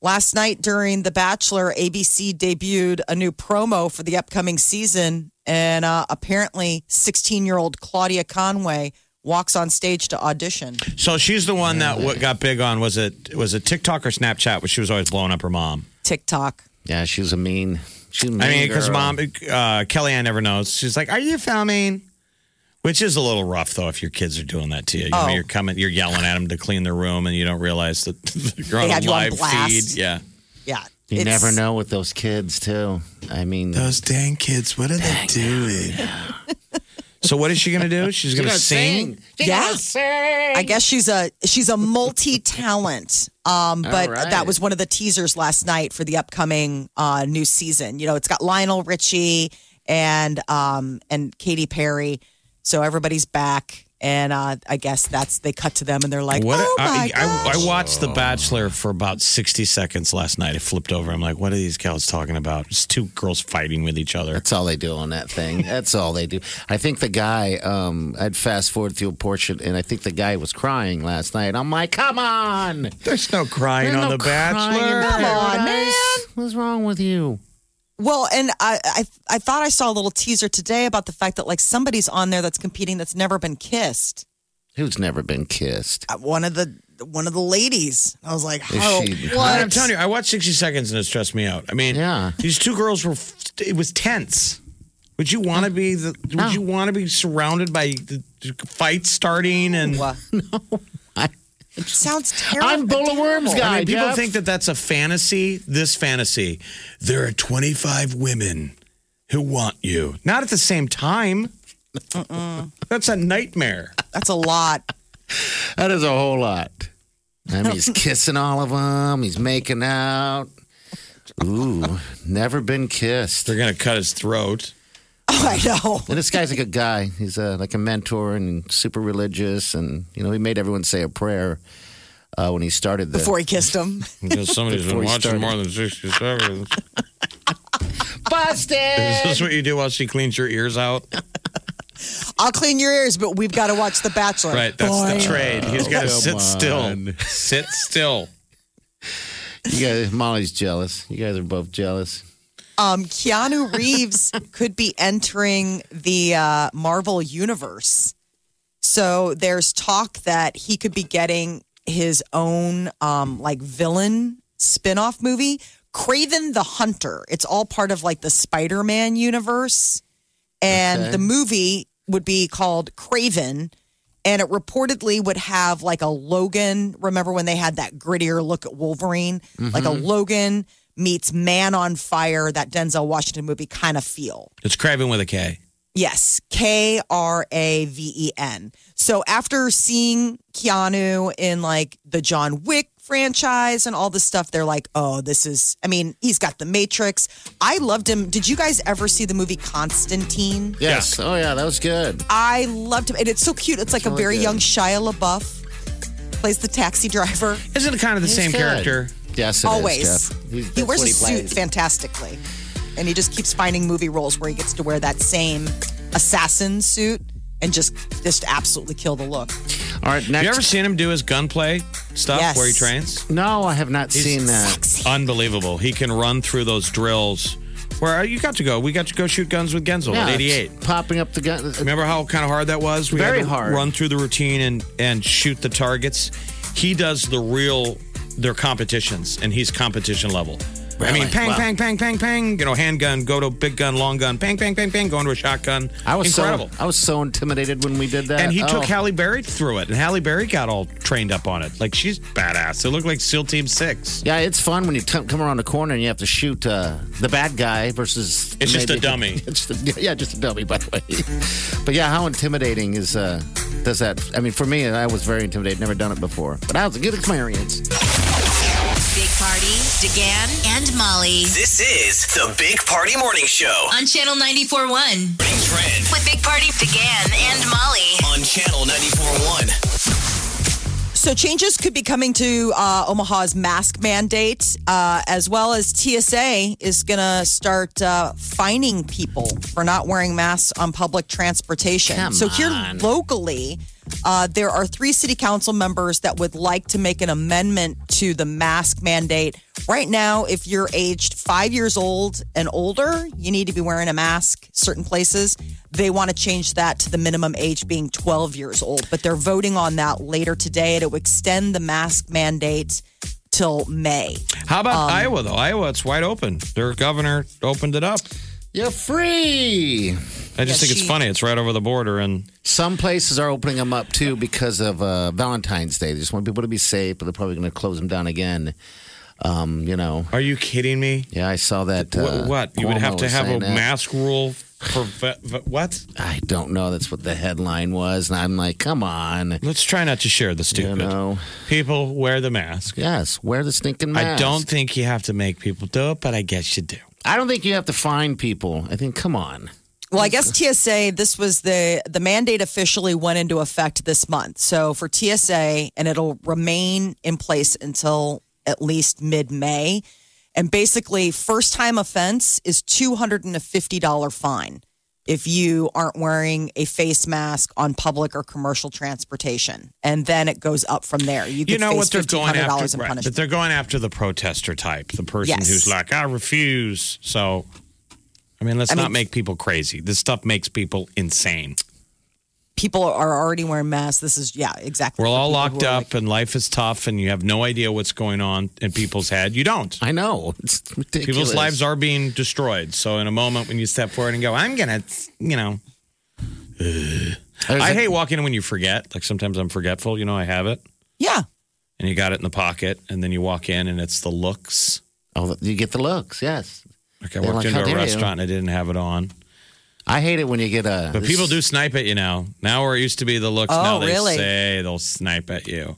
[SPEAKER 3] Last night during The Bachelor, ABC debuted a new promo for the upcoming season. And uh, apparently, 16 year old Claudia Conway walks on stage to audition.
[SPEAKER 5] so she's the one that what got big on was it was it tiktok or snapchat where she was always blowing up her mom
[SPEAKER 3] TikTok.
[SPEAKER 4] Yeah, she's a mean. She's a mean
[SPEAKER 5] i mean because
[SPEAKER 4] girl.
[SPEAKER 5] mom uh, kellyanne never knows she's like are you filming which is a little rough though if your kids are doing that to you, you know,
[SPEAKER 3] Oh.
[SPEAKER 5] you're coming you're yelling at them to clean their room and you don't realize that you're on
[SPEAKER 3] They
[SPEAKER 5] a
[SPEAKER 3] have you on
[SPEAKER 5] live
[SPEAKER 3] blast.
[SPEAKER 5] feed yeah
[SPEAKER 3] Yeah.
[SPEAKER 4] You
[SPEAKER 3] it's-
[SPEAKER 4] never know with those kids too. I mean,
[SPEAKER 8] Those dang kids, what are they doing?
[SPEAKER 5] so what is she gonna do she's gonna, sing?
[SPEAKER 3] Yeah. I guess she's a she's a multi talent. Um, but
[SPEAKER 4] right.
[SPEAKER 3] that was one of the teasers last night for the upcoming uh, new season. You know, it's got Lionel Richie and um, and Katy Perry, so everybody's back. And uh, I guess that's they cut to them and they're like,
[SPEAKER 5] What
[SPEAKER 3] "Oh my
[SPEAKER 5] I, I,
[SPEAKER 3] gosh."
[SPEAKER 5] I watched The Bachelor for about 60 seconds last night. It flipped over. I'm like, what are these cows talking about? It's two girls fighting with each other.
[SPEAKER 4] That's all they do on that thing. That's all they do. I think the guy, um, I'd fast forward through a portion, and I think the guy was crying last night. I'm like, come on.
[SPEAKER 5] There's no crying
[SPEAKER 4] Ain't
[SPEAKER 5] on
[SPEAKER 4] no
[SPEAKER 5] The
[SPEAKER 4] crying
[SPEAKER 5] Bachelor.
[SPEAKER 4] in
[SPEAKER 3] Come on,
[SPEAKER 4] paradise.
[SPEAKER 3] man.
[SPEAKER 4] What's wrong with you?
[SPEAKER 3] Well, and I, I I thought I saw a little teaser today about the fact that like somebody's on there that's competing that's never been kissed.
[SPEAKER 4] Who's never been kissed?
[SPEAKER 3] Uh, One of the one of the ladies. I was like,
[SPEAKER 4] Is
[SPEAKER 3] "Oh,
[SPEAKER 4] she-
[SPEAKER 3] what?"
[SPEAKER 5] I'm telling you, I watched 60 seconds and it stressed me out. I mean,
[SPEAKER 4] Yeah.
[SPEAKER 5] these two girls were, it was tense. Would you want to be the? Would
[SPEAKER 4] No.
[SPEAKER 5] you want to be surrounded by the, the fight starting and?
[SPEAKER 3] What?
[SPEAKER 4] I-
[SPEAKER 3] It sounds terrible.
[SPEAKER 4] I'm Bull of Worms guy.
[SPEAKER 5] I mean, people
[SPEAKER 4] Jeff.
[SPEAKER 5] think that that's a fantasy. This fantasy,
[SPEAKER 8] There are 25 women.
[SPEAKER 5] who want you, not at the same time.
[SPEAKER 4] Uh-uh.
[SPEAKER 5] That's a nightmare.
[SPEAKER 3] That's a lot.
[SPEAKER 4] That is a whole lot. I mean, he's kissing all of them. He's making out. Ooh, never been kissed.
[SPEAKER 5] They're gonna cut his throat.
[SPEAKER 3] Oh, I know.
[SPEAKER 4] And this guy's a good guy. He's uh, like a mentor and super religious, and you know he made everyone say a prayer uh, when he started the
[SPEAKER 3] Before he kissed him.
[SPEAKER 5] Because somebody's been
[SPEAKER 4] Before he started.
[SPEAKER 5] watching more than sixty seconds. Is
[SPEAKER 4] busted.
[SPEAKER 5] this what you do while she cleans your ears out?
[SPEAKER 3] I'll clean your ears, but we've got to watch The Bachelor.
[SPEAKER 5] Right, that's
[SPEAKER 3] Boy.
[SPEAKER 5] the trade. He's got to
[SPEAKER 4] Come
[SPEAKER 5] sit still.
[SPEAKER 4] on.
[SPEAKER 5] Sit still.
[SPEAKER 4] You guys, Molly's jealous. You guys are both jealous.
[SPEAKER 3] Um, Keanu Reeves could be entering the uh, Marvel universe. So there's talk that he could be getting his own um, like villain spin-off movie, Craven the Hunter. It's all part of like the Spider-Man universe. And
[SPEAKER 4] Okay.
[SPEAKER 3] the movie would be called Craven. And it reportedly would have like a Logan. Remember when they had that grittier look at Wolverine? Like a Logan meets Man on Fire, that Denzel Washington movie kind of feel.
[SPEAKER 5] It's Craven with a K.
[SPEAKER 3] Yes, K R A V E N. So after seeing Keanu in like the John Wick franchise and all this stuff, they're like, oh, this is, I mean, he's got the Matrix. I loved him. Did you guys ever see the movie Constantine?
[SPEAKER 4] Yes. Oh yeah, that was good.
[SPEAKER 3] I loved him. And it's so cute. It's like a
[SPEAKER 4] really
[SPEAKER 3] very
[SPEAKER 4] good.
[SPEAKER 3] young Shia LaBeouf, plays the taxi driver.
[SPEAKER 5] Isn't it kind of the
[SPEAKER 4] He's
[SPEAKER 5] same
[SPEAKER 4] good.
[SPEAKER 5] character?
[SPEAKER 4] Yes, it is,
[SPEAKER 3] Always.
[SPEAKER 4] Jeff. He's-
[SPEAKER 3] He
[SPEAKER 4] that's
[SPEAKER 3] wears
[SPEAKER 4] what
[SPEAKER 3] a suit
[SPEAKER 4] plays.
[SPEAKER 3] fantastically. And he just keeps finding movie roles where he gets to wear that same assassin suit and just just absolutely kill the look.
[SPEAKER 4] All right, next.
[SPEAKER 5] You ever seen him do his gunplay stuff
[SPEAKER 3] Yes.
[SPEAKER 5] where he trains?
[SPEAKER 4] no, I have not seen that.
[SPEAKER 5] Unbelievable. He can run through those drills. Where you got to go? We got to go shoot guns with Genzel
[SPEAKER 4] Yeah,
[SPEAKER 5] at
[SPEAKER 4] it's
[SPEAKER 5] 88.
[SPEAKER 4] popping up the gun.
[SPEAKER 5] Remember how kind of hard that was? We
[SPEAKER 4] Very
[SPEAKER 5] had to
[SPEAKER 4] hard.
[SPEAKER 5] Run through the routine and and shoot the targets. He does the real their competitions, and he's competition level. I mean,
[SPEAKER 4] Really?
[SPEAKER 5] pang,
[SPEAKER 4] Wow.
[SPEAKER 5] pang, pang, pang, pang. You know, handgun, go to big gun, long gun, pang, pang, pang, pang, going to a shotgun.
[SPEAKER 4] I was
[SPEAKER 5] incredible.
[SPEAKER 4] so I was so intimidated when we did that.
[SPEAKER 5] and he
[SPEAKER 4] Oh.
[SPEAKER 5] took Halle Berry through it, and Halle Berry got all trained up on it. Like she's badass. It looked like SEAL Team Six.
[SPEAKER 4] Yeah, it's fun when you t- come around the corner and you have to shoot uh, the bad guy versus.
[SPEAKER 5] It's just a dummy.
[SPEAKER 4] It's the, yeah, just a dummy, by the way. But yeah, how intimidating is uh, does that? I mean, for me, I was very intimidated. Never done it before, but that was a good experience.
[SPEAKER 2] Big Party, DeGan, and Molly
[SPEAKER 1] This is the Big Party Morning Show.
[SPEAKER 2] on Channel 94.1
[SPEAKER 1] Morning trend
[SPEAKER 2] with Big Party, DeGan, and Molly.
[SPEAKER 1] on Channel 94.1.
[SPEAKER 3] So changes could be coming to uh, Omaha's mask mandate, uh, as well as TSA is going to start uh, fining people for not wearing masks on public transportation.
[SPEAKER 4] Come
[SPEAKER 3] so here
[SPEAKER 4] on.
[SPEAKER 3] locally, uh, there are three city council members that would like to make an amendment to the mask mandate. Right now, if you're aged five years old and older, you need to be wearing a mask certain places. They want to change that to the minimum age being 12 years old, but they're voting on that later today. It'll extend the mask mandate till May.
[SPEAKER 5] How
[SPEAKER 3] Um,
[SPEAKER 5] about Iowa though? Iowa, it's wide open. Their governor opened it up.
[SPEAKER 4] You're free.
[SPEAKER 5] I just
[SPEAKER 3] Yeah,
[SPEAKER 5] think
[SPEAKER 3] she-
[SPEAKER 5] it's funny. It's right over the border, and
[SPEAKER 4] Some places are opening them up too because of uh, Valentine's Day. They just want people to be safe, but they're probably going to close them down again. Um, you know.
[SPEAKER 5] are you kidding me?
[SPEAKER 4] Yeah, I saw that. Uh,
[SPEAKER 5] Wh- what you would
[SPEAKER 4] Cuomo
[SPEAKER 5] have to
[SPEAKER 4] was
[SPEAKER 5] have a
[SPEAKER 4] saying that.
[SPEAKER 5] mask rule for ve- ve- what?
[SPEAKER 4] I don't know. That's what the headline was, and I'm like, come on.
[SPEAKER 5] Let's try not to share the
[SPEAKER 4] You
[SPEAKER 5] stupid.
[SPEAKER 4] know.
[SPEAKER 5] People wear the mask.
[SPEAKER 4] Yes, wear the stinking mask.
[SPEAKER 5] I don't think you have to make people do it, but I guess you do.
[SPEAKER 4] I don't think you have to find people. I think, come on.
[SPEAKER 3] Well, I guess TSA. This was the the mandate officially went into effect this month. So for TSA, and it'll remain in place until at least mid May. And basically, first time offense is two hundred and a fifty dollar fine if you aren't wearing a face mask on public or commercial transportation, and then it goes up from there. You,
[SPEAKER 5] you
[SPEAKER 3] could
[SPEAKER 5] know
[SPEAKER 3] face
[SPEAKER 5] what they're going
[SPEAKER 3] $1,500
[SPEAKER 5] after,
[SPEAKER 3] in
[SPEAKER 5] right, but
[SPEAKER 3] punishment.
[SPEAKER 5] they're going after the protester type, the person
[SPEAKER 3] Yes.
[SPEAKER 5] who's like, I refuse. So, I mean, let's
[SPEAKER 3] I
[SPEAKER 5] not
[SPEAKER 3] mean-
[SPEAKER 5] make people crazy. This stuff makes people insane.
[SPEAKER 3] People are already wearing masks. This is yeah, exactly.
[SPEAKER 5] We're
[SPEAKER 3] for
[SPEAKER 5] all
[SPEAKER 3] people who
[SPEAKER 5] locked
[SPEAKER 3] are
[SPEAKER 5] up,
[SPEAKER 3] like-
[SPEAKER 5] and life is tough, and you have no idea what's going on in people's head. You don't.
[SPEAKER 4] I know. It's ridiculous.
[SPEAKER 5] People's lives are being destroyed. So, in a moment, when you step forward and go, I'm gonna, you know,
[SPEAKER 4] There's
[SPEAKER 5] I
[SPEAKER 4] a-
[SPEAKER 5] hate walking in when you forget. Like sometimes I'm forgetful. You know, I have it,
[SPEAKER 3] yeah.
[SPEAKER 5] and you got it in the pocket, and then you walk in, and it's the looks.
[SPEAKER 4] Oh, you get the looks, yes.
[SPEAKER 5] Like I
[SPEAKER 4] They're
[SPEAKER 5] walked
[SPEAKER 4] like,
[SPEAKER 5] into
[SPEAKER 4] "How
[SPEAKER 5] a
[SPEAKER 4] dare you."
[SPEAKER 5] restaurant and I didn't have it on.
[SPEAKER 4] I hate it when you get a.
[SPEAKER 5] But
[SPEAKER 4] this-
[SPEAKER 5] people do snipe at you now. Now where it used to be the looks,
[SPEAKER 3] Oh,
[SPEAKER 5] now they
[SPEAKER 3] really?
[SPEAKER 5] say they'll snipe at you.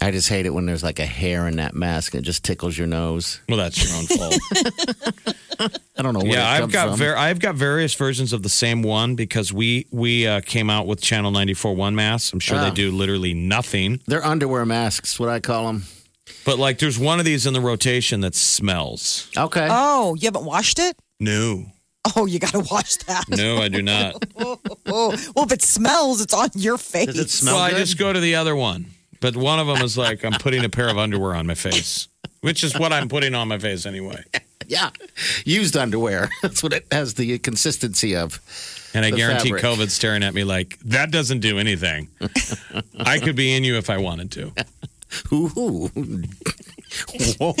[SPEAKER 4] I just hate it when there's like a hair in that mask and it just tickles your nose.
[SPEAKER 5] Well, that's your own fault.
[SPEAKER 4] I don't know. Where
[SPEAKER 5] yeah,
[SPEAKER 4] it
[SPEAKER 5] I've
[SPEAKER 4] comes
[SPEAKER 5] got
[SPEAKER 4] from.
[SPEAKER 5] ver- I've got various versions of the same one because we we uh, came out with Channel 94 one masks. I'm sure
[SPEAKER 4] Ah.
[SPEAKER 5] they do literally nothing.
[SPEAKER 4] They're underwear masks, what I call them.
[SPEAKER 5] But like, there's one of these in the rotation that smells.
[SPEAKER 4] Okay.
[SPEAKER 5] Uh,
[SPEAKER 3] Oh, you haven't washed it?
[SPEAKER 5] No,
[SPEAKER 3] Oh, you got to wash that.
[SPEAKER 5] no, I do not.
[SPEAKER 3] Oh, well, if it smells, it's on your face.
[SPEAKER 4] Does it smell
[SPEAKER 5] well, I
[SPEAKER 4] good?
[SPEAKER 5] just go to the other one. But one of them is like, I'm putting a pair of underwear on my face, which is what I'm putting on my face anyway.
[SPEAKER 4] yeah. Used underwear. That's what it has the consistency of.
[SPEAKER 5] And I
[SPEAKER 4] the
[SPEAKER 5] guarantee
[SPEAKER 4] fabric.
[SPEAKER 5] COVID's staring at me like, that doesn't do anything. I could be in you if I wanted to.
[SPEAKER 4] Ooh. Whoa.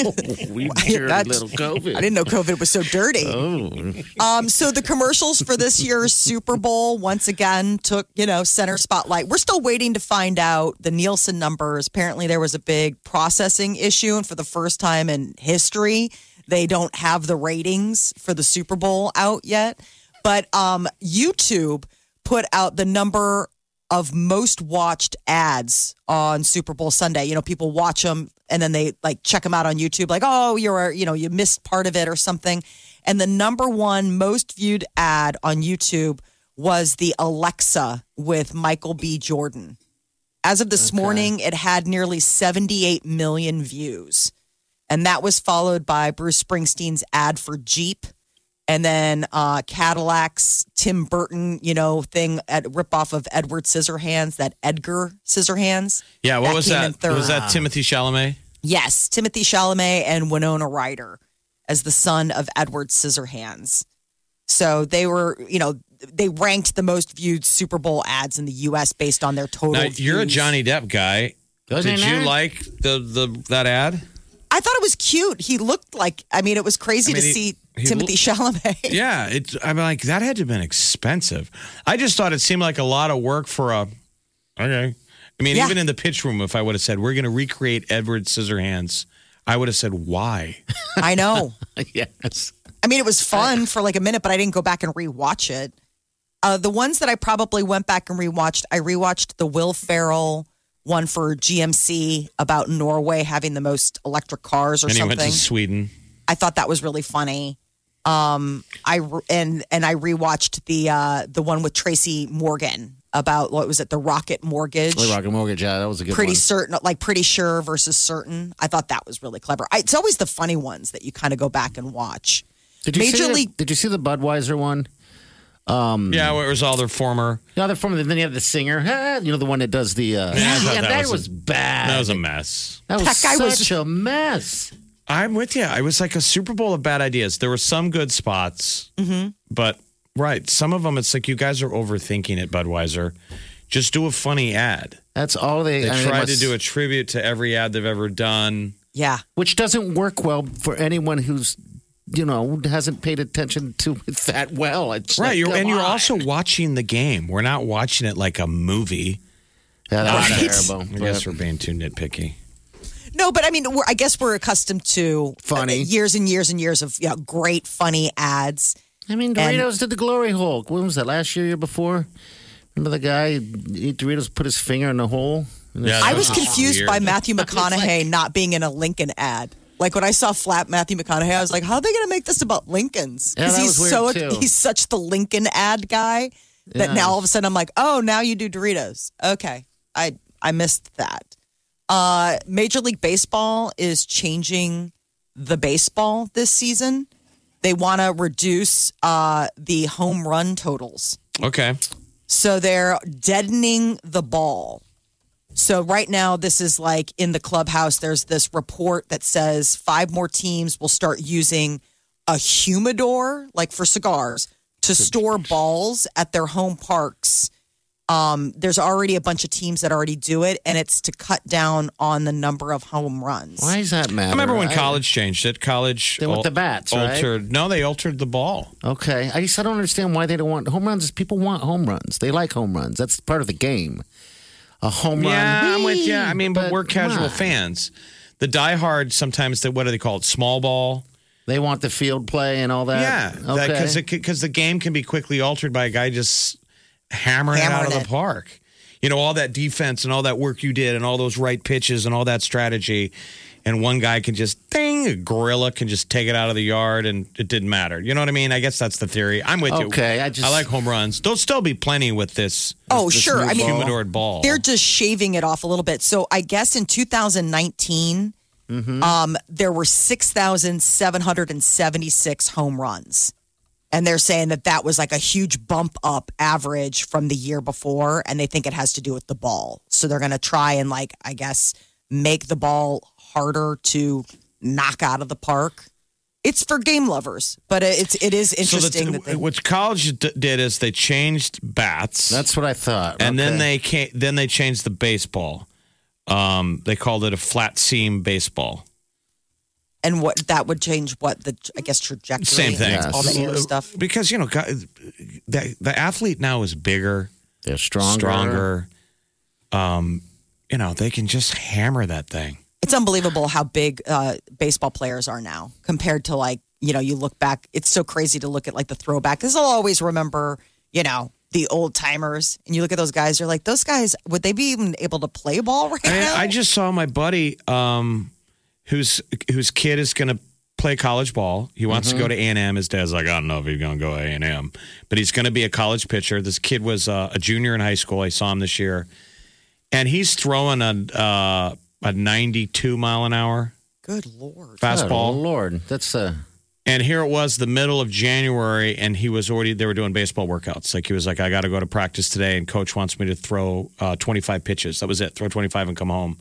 [SPEAKER 4] We hear a
[SPEAKER 3] That's-
[SPEAKER 4] little COVID.
[SPEAKER 3] I didn't know COVID was so dirty.
[SPEAKER 4] Oh.
[SPEAKER 3] Um, so the commercials for this year's Super Bowl once again took you know center spotlight. We're still waiting to find out the Nielsen numbers. Apparently, there was a big processing issue, and for the first time in history, they don't have the ratings for the Super Bowl out yet. But um, YouTube put out the number of most watched ads on Super Bowl Sunday. You know, people watch them and then they like check them out on YouTube, like, oh, you're, you know, you missed part of it or something. And the number one most viewed ad on YouTube was the Alexa with Michael B. Jordan. As of this morning, it had nearly 78 million views. And that was followed by Bruce Springsteen's ad for Jeep and then uh, Cadillac's Tim Burton, you know, thing at ripoff of Edward Scissorhands, that Edgar Scissorhands.
[SPEAKER 5] Yeah, what was
[SPEAKER 3] came in
[SPEAKER 5] that?
[SPEAKER 3] third.
[SPEAKER 5] Was that Timothy Chalamet?
[SPEAKER 3] Yes, Timothy Chalamet and Winona Ryder as the son of Edward Scissorhands. So they were, you know, they ranked the most viewed Super Bowl ads in the U.S. based on their total.
[SPEAKER 5] Now, you're a
[SPEAKER 3] views.
[SPEAKER 5] Johnny Depp guy.
[SPEAKER 4] Wasn't
[SPEAKER 5] Did you
[SPEAKER 4] it?
[SPEAKER 5] like the, the that ad?
[SPEAKER 3] I thought it was cute. He looked like, I mean, it was crazy
[SPEAKER 5] I mean,
[SPEAKER 3] to
[SPEAKER 5] he-
[SPEAKER 3] see
[SPEAKER 5] he
[SPEAKER 3] Timothy Chalamet.
[SPEAKER 5] Yeah, it's. I'm like that had to have been expensive. I just thought it seemed like a lot of work for a. Okay. I mean,
[SPEAKER 3] Yeah.
[SPEAKER 5] even in the pitch room, if I would have said we're going to recreate Edward Scissorhands, I would have said why.
[SPEAKER 3] I know.
[SPEAKER 4] yes.
[SPEAKER 3] I mean, it was fun for like a minute, but I didn't go back and rewatch it. Uh, the ones that I probably went back and rewatched, I rewatched the Will Ferrell one for GMC about Norway having the most electric cars or
[SPEAKER 5] and he
[SPEAKER 3] something.
[SPEAKER 5] went to Sweden.
[SPEAKER 3] I thought that was really funny. Um, I re- and and I rewatched the uh, the one with Tracy Morgan about what was it, the Rocket Mortgage?
[SPEAKER 4] Play Rocket Mortgage. Yeah, that was a good
[SPEAKER 3] pretty
[SPEAKER 4] one.
[SPEAKER 3] certain, like pretty sure versus certain. I thought that was really clever. I, it's always the funny ones that you kind of go back and watch.
[SPEAKER 4] Did you, see
[SPEAKER 3] Major
[SPEAKER 4] the-
[SPEAKER 3] League
[SPEAKER 4] did you see the Budweiser one?
[SPEAKER 5] Yeah, where it was all their former.
[SPEAKER 4] The other form, then you have the singer. Ah, you know, the one that does the. Uh,
[SPEAKER 5] Yeah, I thought
[SPEAKER 4] yeah,
[SPEAKER 5] that
[SPEAKER 4] that,
[SPEAKER 5] was a-
[SPEAKER 4] was bad.
[SPEAKER 5] That was a mess.
[SPEAKER 4] That was
[SPEAKER 3] That guy was-
[SPEAKER 4] such a mess.
[SPEAKER 5] I'm with you. I was like a Super Bowl of bad ideas. There were some good spots,
[SPEAKER 4] Mm-hmm.
[SPEAKER 5] but right, some of them. It's like you guys are overthinking it, Budweiser. Just do a funny ad.
[SPEAKER 4] That's all they,
[SPEAKER 5] They
[SPEAKER 4] I mean,
[SPEAKER 5] tried
[SPEAKER 4] must-
[SPEAKER 5] to do a tribute to every ad they've ever done.
[SPEAKER 3] Yeah.
[SPEAKER 4] which doesn't work well for anyone who's you know hasn't paid attention to it that well. It's
[SPEAKER 5] Right,
[SPEAKER 4] like,
[SPEAKER 5] you're, and
[SPEAKER 4] come
[SPEAKER 5] you're
[SPEAKER 4] on.
[SPEAKER 5] also watching the game. We're not watching it like a movie.
[SPEAKER 4] yeah, that was
[SPEAKER 3] Right.
[SPEAKER 4] terrible.
[SPEAKER 5] I guess we're being too nitpicky.
[SPEAKER 3] No, but I mean, we're, I guess we're accustomed to
[SPEAKER 4] Funny.
[SPEAKER 3] uh, years and years and years of you know, great funny ads.
[SPEAKER 4] I mean, Doritos did the Glory Hulk. When was that? Last year, year before? Remember the guy eat Doritos, put his finger in the hole. And
[SPEAKER 5] Yeah,
[SPEAKER 4] it's-
[SPEAKER 3] I
[SPEAKER 5] That
[SPEAKER 3] was
[SPEAKER 5] was
[SPEAKER 3] confused by
[SPEAKER 5] weird.
[SPEAKER 3] Matthew McConaughey not being in a Lincoln ad. Like when I saw Flat Matthew McConaughey, I was like, how are they going to make this about Lincolns?
[SPEAKER 4] Yeah, that
[SPEAKER 3] he's
[SPEAKER 4] was
[SPEAKER 3] so
[SPEAKER 4] weird, too.
[SPEAKER 3] he's such the Lincoln ad guy that
[SPEAKER 4] Yeah.
[SPEAKER 3] now all of a sudden I'm like, oh, now you do Doritos. Okay, I I missed that. Uh, Major League Baseball is changing the baseball this season. They want to reduce uh, the home run totals.
[SPEAKER 5] Okay.
[SPEAKER 3] So they're deadening the ball. So right now, this is like in the clubhouse, there's this report that says five more teams will start using a humidor, like for cigars, to store balls at their home parks. Um, there's already a bunch of teams that already do it, and it's to cut down on the number of home runs.
[SPEAKER 4] Why does that matter?
[SPEAKER 5] I remember when college changed it. College
[SPEAKER 4] They want
[SPEAKER 5] al-
[SPEAKER 4] the bats, right?
[SPEAKER 5] altered. No, they altered the ball.
[SPEAKER 4] Okay, I just I don't understand why they don't want home runs. Is people want home runs? They like home runs. That's part of the game. A home
[SPEAKER 5] Yeah,
[SPEAKER 4] run.
[SPEAKER 5] I'm with you. I mean, but,
[SPEAKER 4] But
[SPEAKER 5] we're casual
[SPEAKER 4] come on.
[SPEAKER 5] fans. The diehard sometimes they what do they call it? Small ball.
[SPEAKER 4] They want the field play and all
[SPEAKER 5] yeah,
[SPEAKER 4] that. Uh, okay.
[SPEAKER 5] because because the game can be quickly altered by a guy just hammering, it out
[SPEAKER 3] Hammering
[SPEAKER 5] of
[SPEAKER 3] it.
[SPEAKER 5] the park. You know, all that defense and all that work you did, and all those right pitches and all that strategy, and one guy can just ding a gorilla can just take it out of the yard, and it didn't matter. You know what I mean? I guess that's the theory. I'm with you.
[SPEAKER 4] Okay, I just-
[SPEAKER 5] I like home runs. There'll still be plenty with this.
[SPEAKER 3] Oh,
[SPEAKER 5] this
[SPEAKER 3] sure.
[SPEAKER 5] new
[SPEAKER 3] I mean,
[SPEAKER 5] humidor ball.
[SPEAKER 3] They're just shaving it off a little bit. So I guess in 2019, um, there were 6,776 home runs. And they're saying that that was like a huge bump up average from the year before. And they think it has to do with the ball. So they're going to try and, like, I guess, make the ball harder to knock out of the park. It's for game lovers, but it's it is interesting that
[SPEAKER 5] So
[SPEAKER 3] they
[SPEAKER 5] that's, what college d- did is they changed bats.
[SPEAKER 4] that's what I thought.
[SPEAKER 5] and then
[SPEAKER 4] Okay.
[SPEAKER 5] they came, then they changed the baseball. Um, they called it a flat seam baseball.
[SPEAKER 3] and what that would change what the I guess trajectory,
[SPEAKER 5] Same thing.
[SPEAKER 3] and all the air stuff.
[SPEAKER 5] Because you know, guy- the the athlete now is bigger,
[SPEAKER 4] they're stronger.
[SPEAKER 5] stronger. Um, you know, they can just hammer that thing.
[SPEAKER 3] It's unbelievable how big uh, baseball players are now compared to like you know you look back. It's so crazy to look at like the throwback because I'll always remember you know the old timers and you look at those guys. You're like those guys would they be even able to play ball right
[SPEAKER 5] I, mean,
[SPEAKER 3] now?
[SPEAKER 5] I just saw my buddy, um, whose whose kid is going to play college ball. He wants to go to A and M. His dad's like, I don't know if he's going to go A and M, but he's going to be a college pitcher. This kid was uh, a junior in high school. I saw him this year, and he's throwing a uh, a ninety two mile an hour
[SPEAKER 3] Good lord.
[SPEAKER 4] Oh,
[SPEAKER 5] fastball.
[SPEAKER 4] Lord, that's uh, a.
[SPEAKER 5] And here it was the middle of January, and he was already, they were doing baseball workouts. Like he was like, I got to go to practice today, and coach wants me to throw uh, 25 pitches. That was it, throw 25 and come home.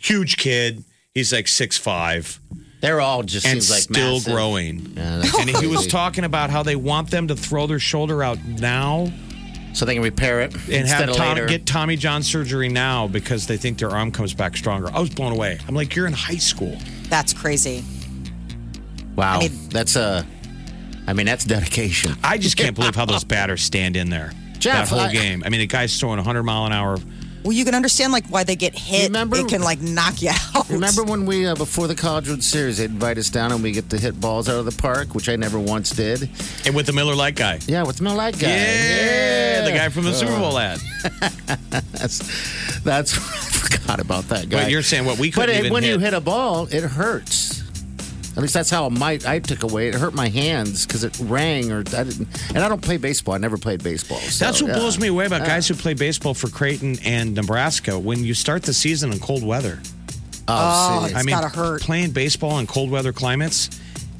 [SPEAKER 5] Huge kid. He's like six five
[SPEAKER 4] They're all just
[SPEAKER 5] and
[SPEAKER 4] seems like
[SPEAKER 5] still
[SPEAKER 4] massive.
[SPEAKER 5] growing.
[SPEAKER 4] Yeah, that's
[SPEAKER 5] And he was
[SPEAKER 4] crazy.
[SPEAKER 5] talking about how they want them to throw their shoulder out now
[SPEAKER 4] so they can repair it
[SPEAKER 5] and
[SPEAKER 4] instead
[SPEAKER 5] have
[SPEAKER 4] of
[SPEAKER 5] Tom,
[SPEAKER 4] later.
[SPEAKER 5] get Tommy John surgery now because they think their arm comes back stronger. I was blown away. I'm like, you're in high school.
[SPEAKER 3] That's crazy.
[SPEAKER 4] wow,
[SPEAKER 3] I mean-
[SPEAKER 4] that's
[SPEAKER 5] uh,
[SPEAKER 4] a. I mean, that's dedication.
[SPEAKER 5] I just can't believe how those batters stand in there.
[SPEAKER 4] Jeff,
[SPEAKER 5] that whole
[SPEAKER 4] I-
[SPEAKER 5] game. I mean, the guy's throwing 100 mile an hour.
[SPEAKER 3] Well, you can understand like why they get hit.
[SPEAKER 4] Remember-
[SPEAKER 3] it can like knock you out.
[SPEAKER 4] Remember when we, uh, before the College World Series, they'd invite us down and we get to hit balls out of the park, which I never once did.
[SPEAKER 5] And with the Miller Lite guy.
[SPEAKER 4] Yeah, with Mel Light guy.
[SPEAKER 5] Yeah, the guy from the Super Bowl ad.
[SPEAKER 4] That's, that's I forgot about that guy.
[SPEAKER 5] But you're saying what we
[SPEAKER 4] But
[SPEAKER 5] couldn't
[SPEAKER 4] it,
[SPEAKER 5] even
[SPEAKER 4] when you
[SPEAKER 5] hit.
[SPEAKER 4] hit a ball, it hurts. At least that's how my I took away. It hurt my hands because it rang, or I didn't. And I don't play baseball. I never played baseball. so,
[SPEAKER 5] That's what
[SPEAKER 4] yeah.
[SPEAKER 5] blows me away about guys who play baseball for Creighton and Nebraska. When you start the season in cold weather,
[SPEAKER 4] Oh, see.
[SPEAKER 3] It's
[SPEAKER 5] I mean,
[SPEAKER 3] gotta hurt.
[SPEAKER 5] playing baseball in cold weather climates,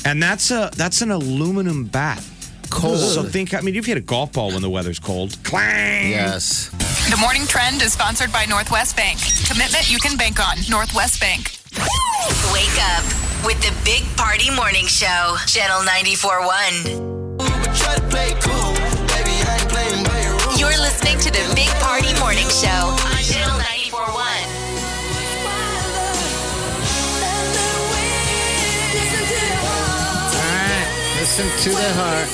[SPEAKER 5] and that's a that's an aluminum bat.
[SPEAKER 4] Cold.
[SPEAKER 5] So think. I mean, you've hit a golf ball when the weather's cold. Clang.
[SPEAKER 4] yes.
[SPEAKER 2] The Morning Trend is sponsored by Northwest Bank. Commitment you can bank on. Northwest Bank. Wake up with the Big Party Morning Show. Channel 94.1.
[SPEAKER 6] Try to play cool, baby. I ain't playing by your rules.
[SPEAKER 2] You're listening to the Big Party Morning Show on Channel 94.1.
[SPEAKER 4] All right. Listen to the heart.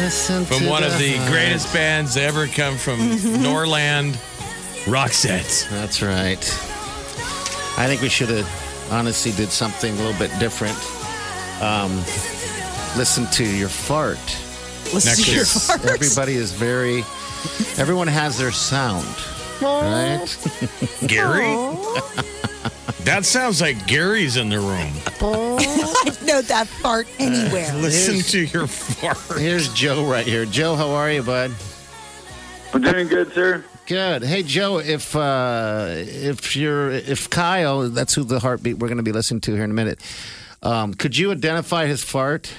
[SPEAKER 4] Listen
[SPEAKER 5] From
[SPEAKER 4] to
[SPEAKER 5] one
[SPEAKER 4] the
[SPEAKER 5] of the
[SPEAKER 4] heart.
[SPEAKER 5] greatest bands to ever come from Norland, Roxette.
[SPEAKER 4] That's right. I think we should have honestly did something a little bit different. Um, listen to your fart.
[SPEAKER 3] Listen
[SPEAKER 5] Next
[SPEAKER 3] to your
[SPEAKER 5] is
[SPEAKER 3] farts.
[SPEAKER 4] Everybody is very.
[SPEAKER 5] Oh.
[SPEAKER 4] Everyone has their sound, right?
[SPEAKER 5] Gary? That sounds like Gary's in the room.
[SPEAKER 3] I've known that fart anywhere.
[SPEAKER 5] Listen to your fart.
[SPEAKER 4] Here's Joe right here. Joe, how are you, bud?
[SPEAKER 9] I'm doing good, sir.
[SPEAKER 4] Good. Hey, Joe. If uh, if you're if Kyle, that's who the heartbeat we're going to be listening to here in a minute. Um, could you identify his fart?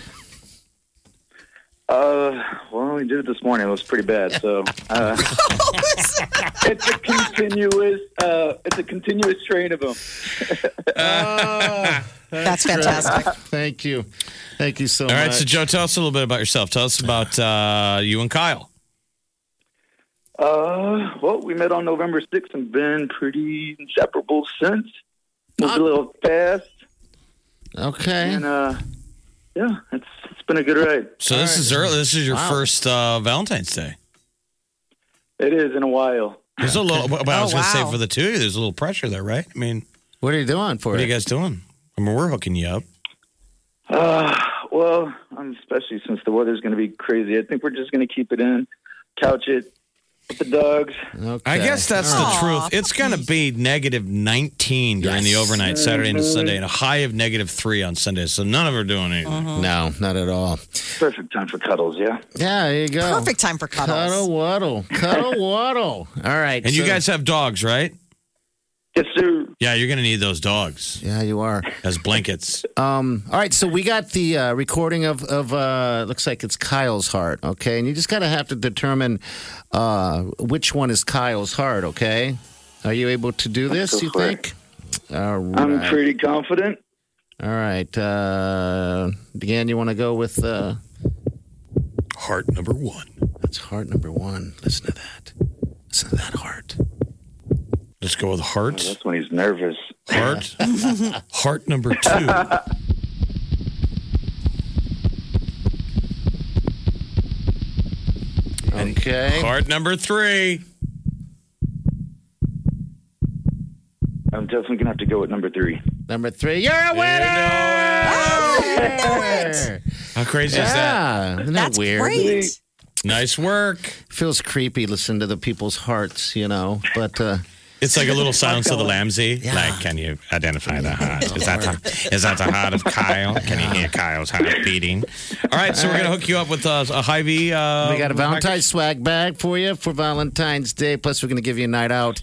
[SPEAKER 9] Uh, well, we did it this morning. It was pretty bad. So uh, it's a continuous, uh, it's a continuous train of them.
[SPEAKER 3] That's fantastic.
[SPEAKER 4] Thank you, thank you so
[SPEAKER 5] All
[SPEAKER 4] much.
[SPEAKER 5] right, so Joe, tell us a little bit about yourself. Tell us about uh, you and Kyle.
[SPEAKER 9] Uh, well, we met on November 6th and been pretty inseparable since. Moved a little fast,
[SPEAKER 4] okay.
[SPEAKER 9] and uh, yeah, it's it's been a good ride.
[SPEAKER 5] So this is early. This is your
[SPEAKER 4] Wow.
[SPEAKER 5] first uh, Valentine's Day.
[SPEAKER 9] It is in a while.
[SPEAKER 5] There's a little. But I was
[SPEAKER 3] Oh,
[SPEAKER 5] going to
[SPEAKER 3] wow.
[SPEAKER 5] say for the two, of you, there's a little pressure there, right? I mean,
[SPEAKER 4] What are you doing for
[SPEAKER 5] what are
[SPEAKER 4] it?
[SPEAKER 5] you guys doing? I mean, we're hooking you up.
[SPEAKER 9] Uh, well, um, especially since the weather's going to be crazy, I think we're just going to keep it in, couch it with the dogs.
[SPEAKER 4] okay.
[SPEAKER 5] I guess that's the
[SPEAKER 3] Aw,
[SPEAKER 5] truth. It's going to be negative 19 during the overnight, Saturday into Sunday, and a high of negative three on Sunday. So none of her doing anything.
[SPEAKER 4] no, not at all.
[SPEAKER 9] Perfect time for cuddles, yeah.
[SPEAKER 4] Yeah, there you go.
[SPEAKER 3] Perfect time for
[SPEAKER 4] Cuddle
[SPEAKER 3] cuddles.
[SPEAKER 4] waddle, cuddle waddle. All right,
[SPEAKER 5] And you
[SPEAKER 4] so-
[SPEAKER 5] guys have dogs, right?
[SPEAKER 9] Yes, sir.
[SPEAKER 5] Yeah, you're going to need those dogs
[SPEAKER 4] Yeah, you are.
[SPEAKER 5] as blankets.
[SPEAKER 4] Um, all right, so we got the uh, recording of of uh, looks like it's Kyle's heart, okay? And you just gotta have to determine uh, which one is Kyle's heart, okay? Are you able to do this?
[SPEAKER 9] go
[SPEAKER 4] you
[SPEAKER 9] for
[SPEAKER 4] think? All
[SPEAKER 9] I'm
[SPEAKER 4] right.
[SPEAKER 9] pretty confident.
[SPEAKER 4] all right. Uh, Dan, you want to go with? Uh,
[SPEAKER 5] Heart number one.
[SPEAKER 4] that's heart number one. Listen to that. Listen to that heart.
[SPEAKER 5] Let's go with heart.
[SPEAKER 9] That's when he's nervous.
[SPEAKER 5] Heart. heart number two.
[SPEAKER 4] Okay.
[SPEAKER 5] Heart number three.
[SPEAKER 9] I'm definitely going to have to go with number three.
[SPEAKER 4] Number three. You're a winner.
[SPEAKER 5] How crazy is that?
[SPEAKER 4] Yeah. Isn't that
[SPEAKER 3] That's
[SPEAKER 4] weird?
[SPEAKER 3] great.
[SPEAKER 5] Nice work.
[SPEAKER 4] Feels creepy listening to the people's hearts, you know, but. Uh,
[SPEAKER 5] It's like a little silence of the lambsy. Like, can you identify the heart? Is that the, is that the heart of Kyle? Can you hear Kyle's heart beating? All right, so we're gonna hook you up with uh, a high V. Uh,
[SPEAKER 4] We got a Valentine's swag bag for you for Valentine's Day. Plus, we're going to give you a night out.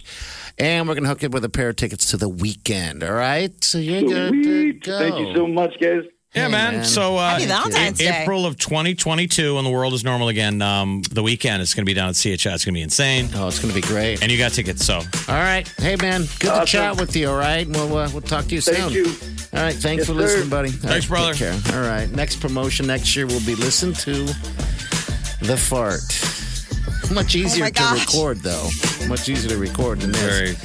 [SPEAKER 4] And we're going to hook you up with a pair of tickets to the weekend. All right? So you're good to
[SPEAKER 9] Sweet.
[SPEAKER 4] go.
[SPEAKER 9] Thank you so much, guys.
[SPEAKER 5] Yeah, man.
[SPEAKER 4] man.
[SPEAKER 5] So uh,
[SPEAKER 3] Happy Valentine's
[SPEAKER 5] in
[SPEAKER 3] Day.
[SPEAKER 5] April of 2022, when the world is normal again, um, the weekend is gonna be down at CHI. It's gonna be insane,
[SPEAKER 4] Oh, it's going to be great.
[SPEAKER 5] and you got tickets. So
[SPEAKER 4] All right. Hey, man. Good to chat with you. All right. We'll, uh, we'll talk to you
[SPEAKER 9] Thank
[SPEAKER 4] soon.
[SPEAKER 9] you.
[SPEAKER 4] All right. Thanks
[SPEAKER 9] Yes,
[SPEAKER 4] for
[SPEAKER 9] sir.
[SPEAKER 4] listening, buddy. All
[SPEAKER 5] Thanks,
[SPEAKER 4] right,
[SPEAKER 5] brother.
[SPEAKER 4] take care. All right. Next promotion next year will be listen to the fart. Much easier
[SPEAKER 3] Oh, my
[SPEAKER 4] to
[SPEAKER 3] gosh.
[SPEAKER 4] record, though. Much easier to record than this.
[SPEAKER 5] Very.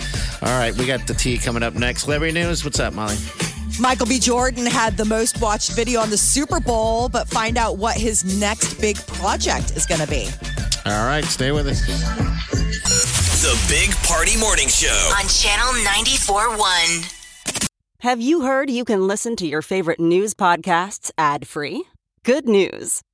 [SPEAKER 4] All right. We got the tea coming up next. Celebrity news. What's up, Molly?
[SPEAKER 3] Michael B. Jordan had the most watched video on the Super Bowl, but find out what his next big project is going to be.
[SPEAKER 4] All right, stay with us.
[SPEAKER 1] The Big Party Morning Show.
[SPEAKER 2] On Channel 94.1.
[SPEAKER 10] Have you heard you can listen to your favorite news podcasts ad free? Good news!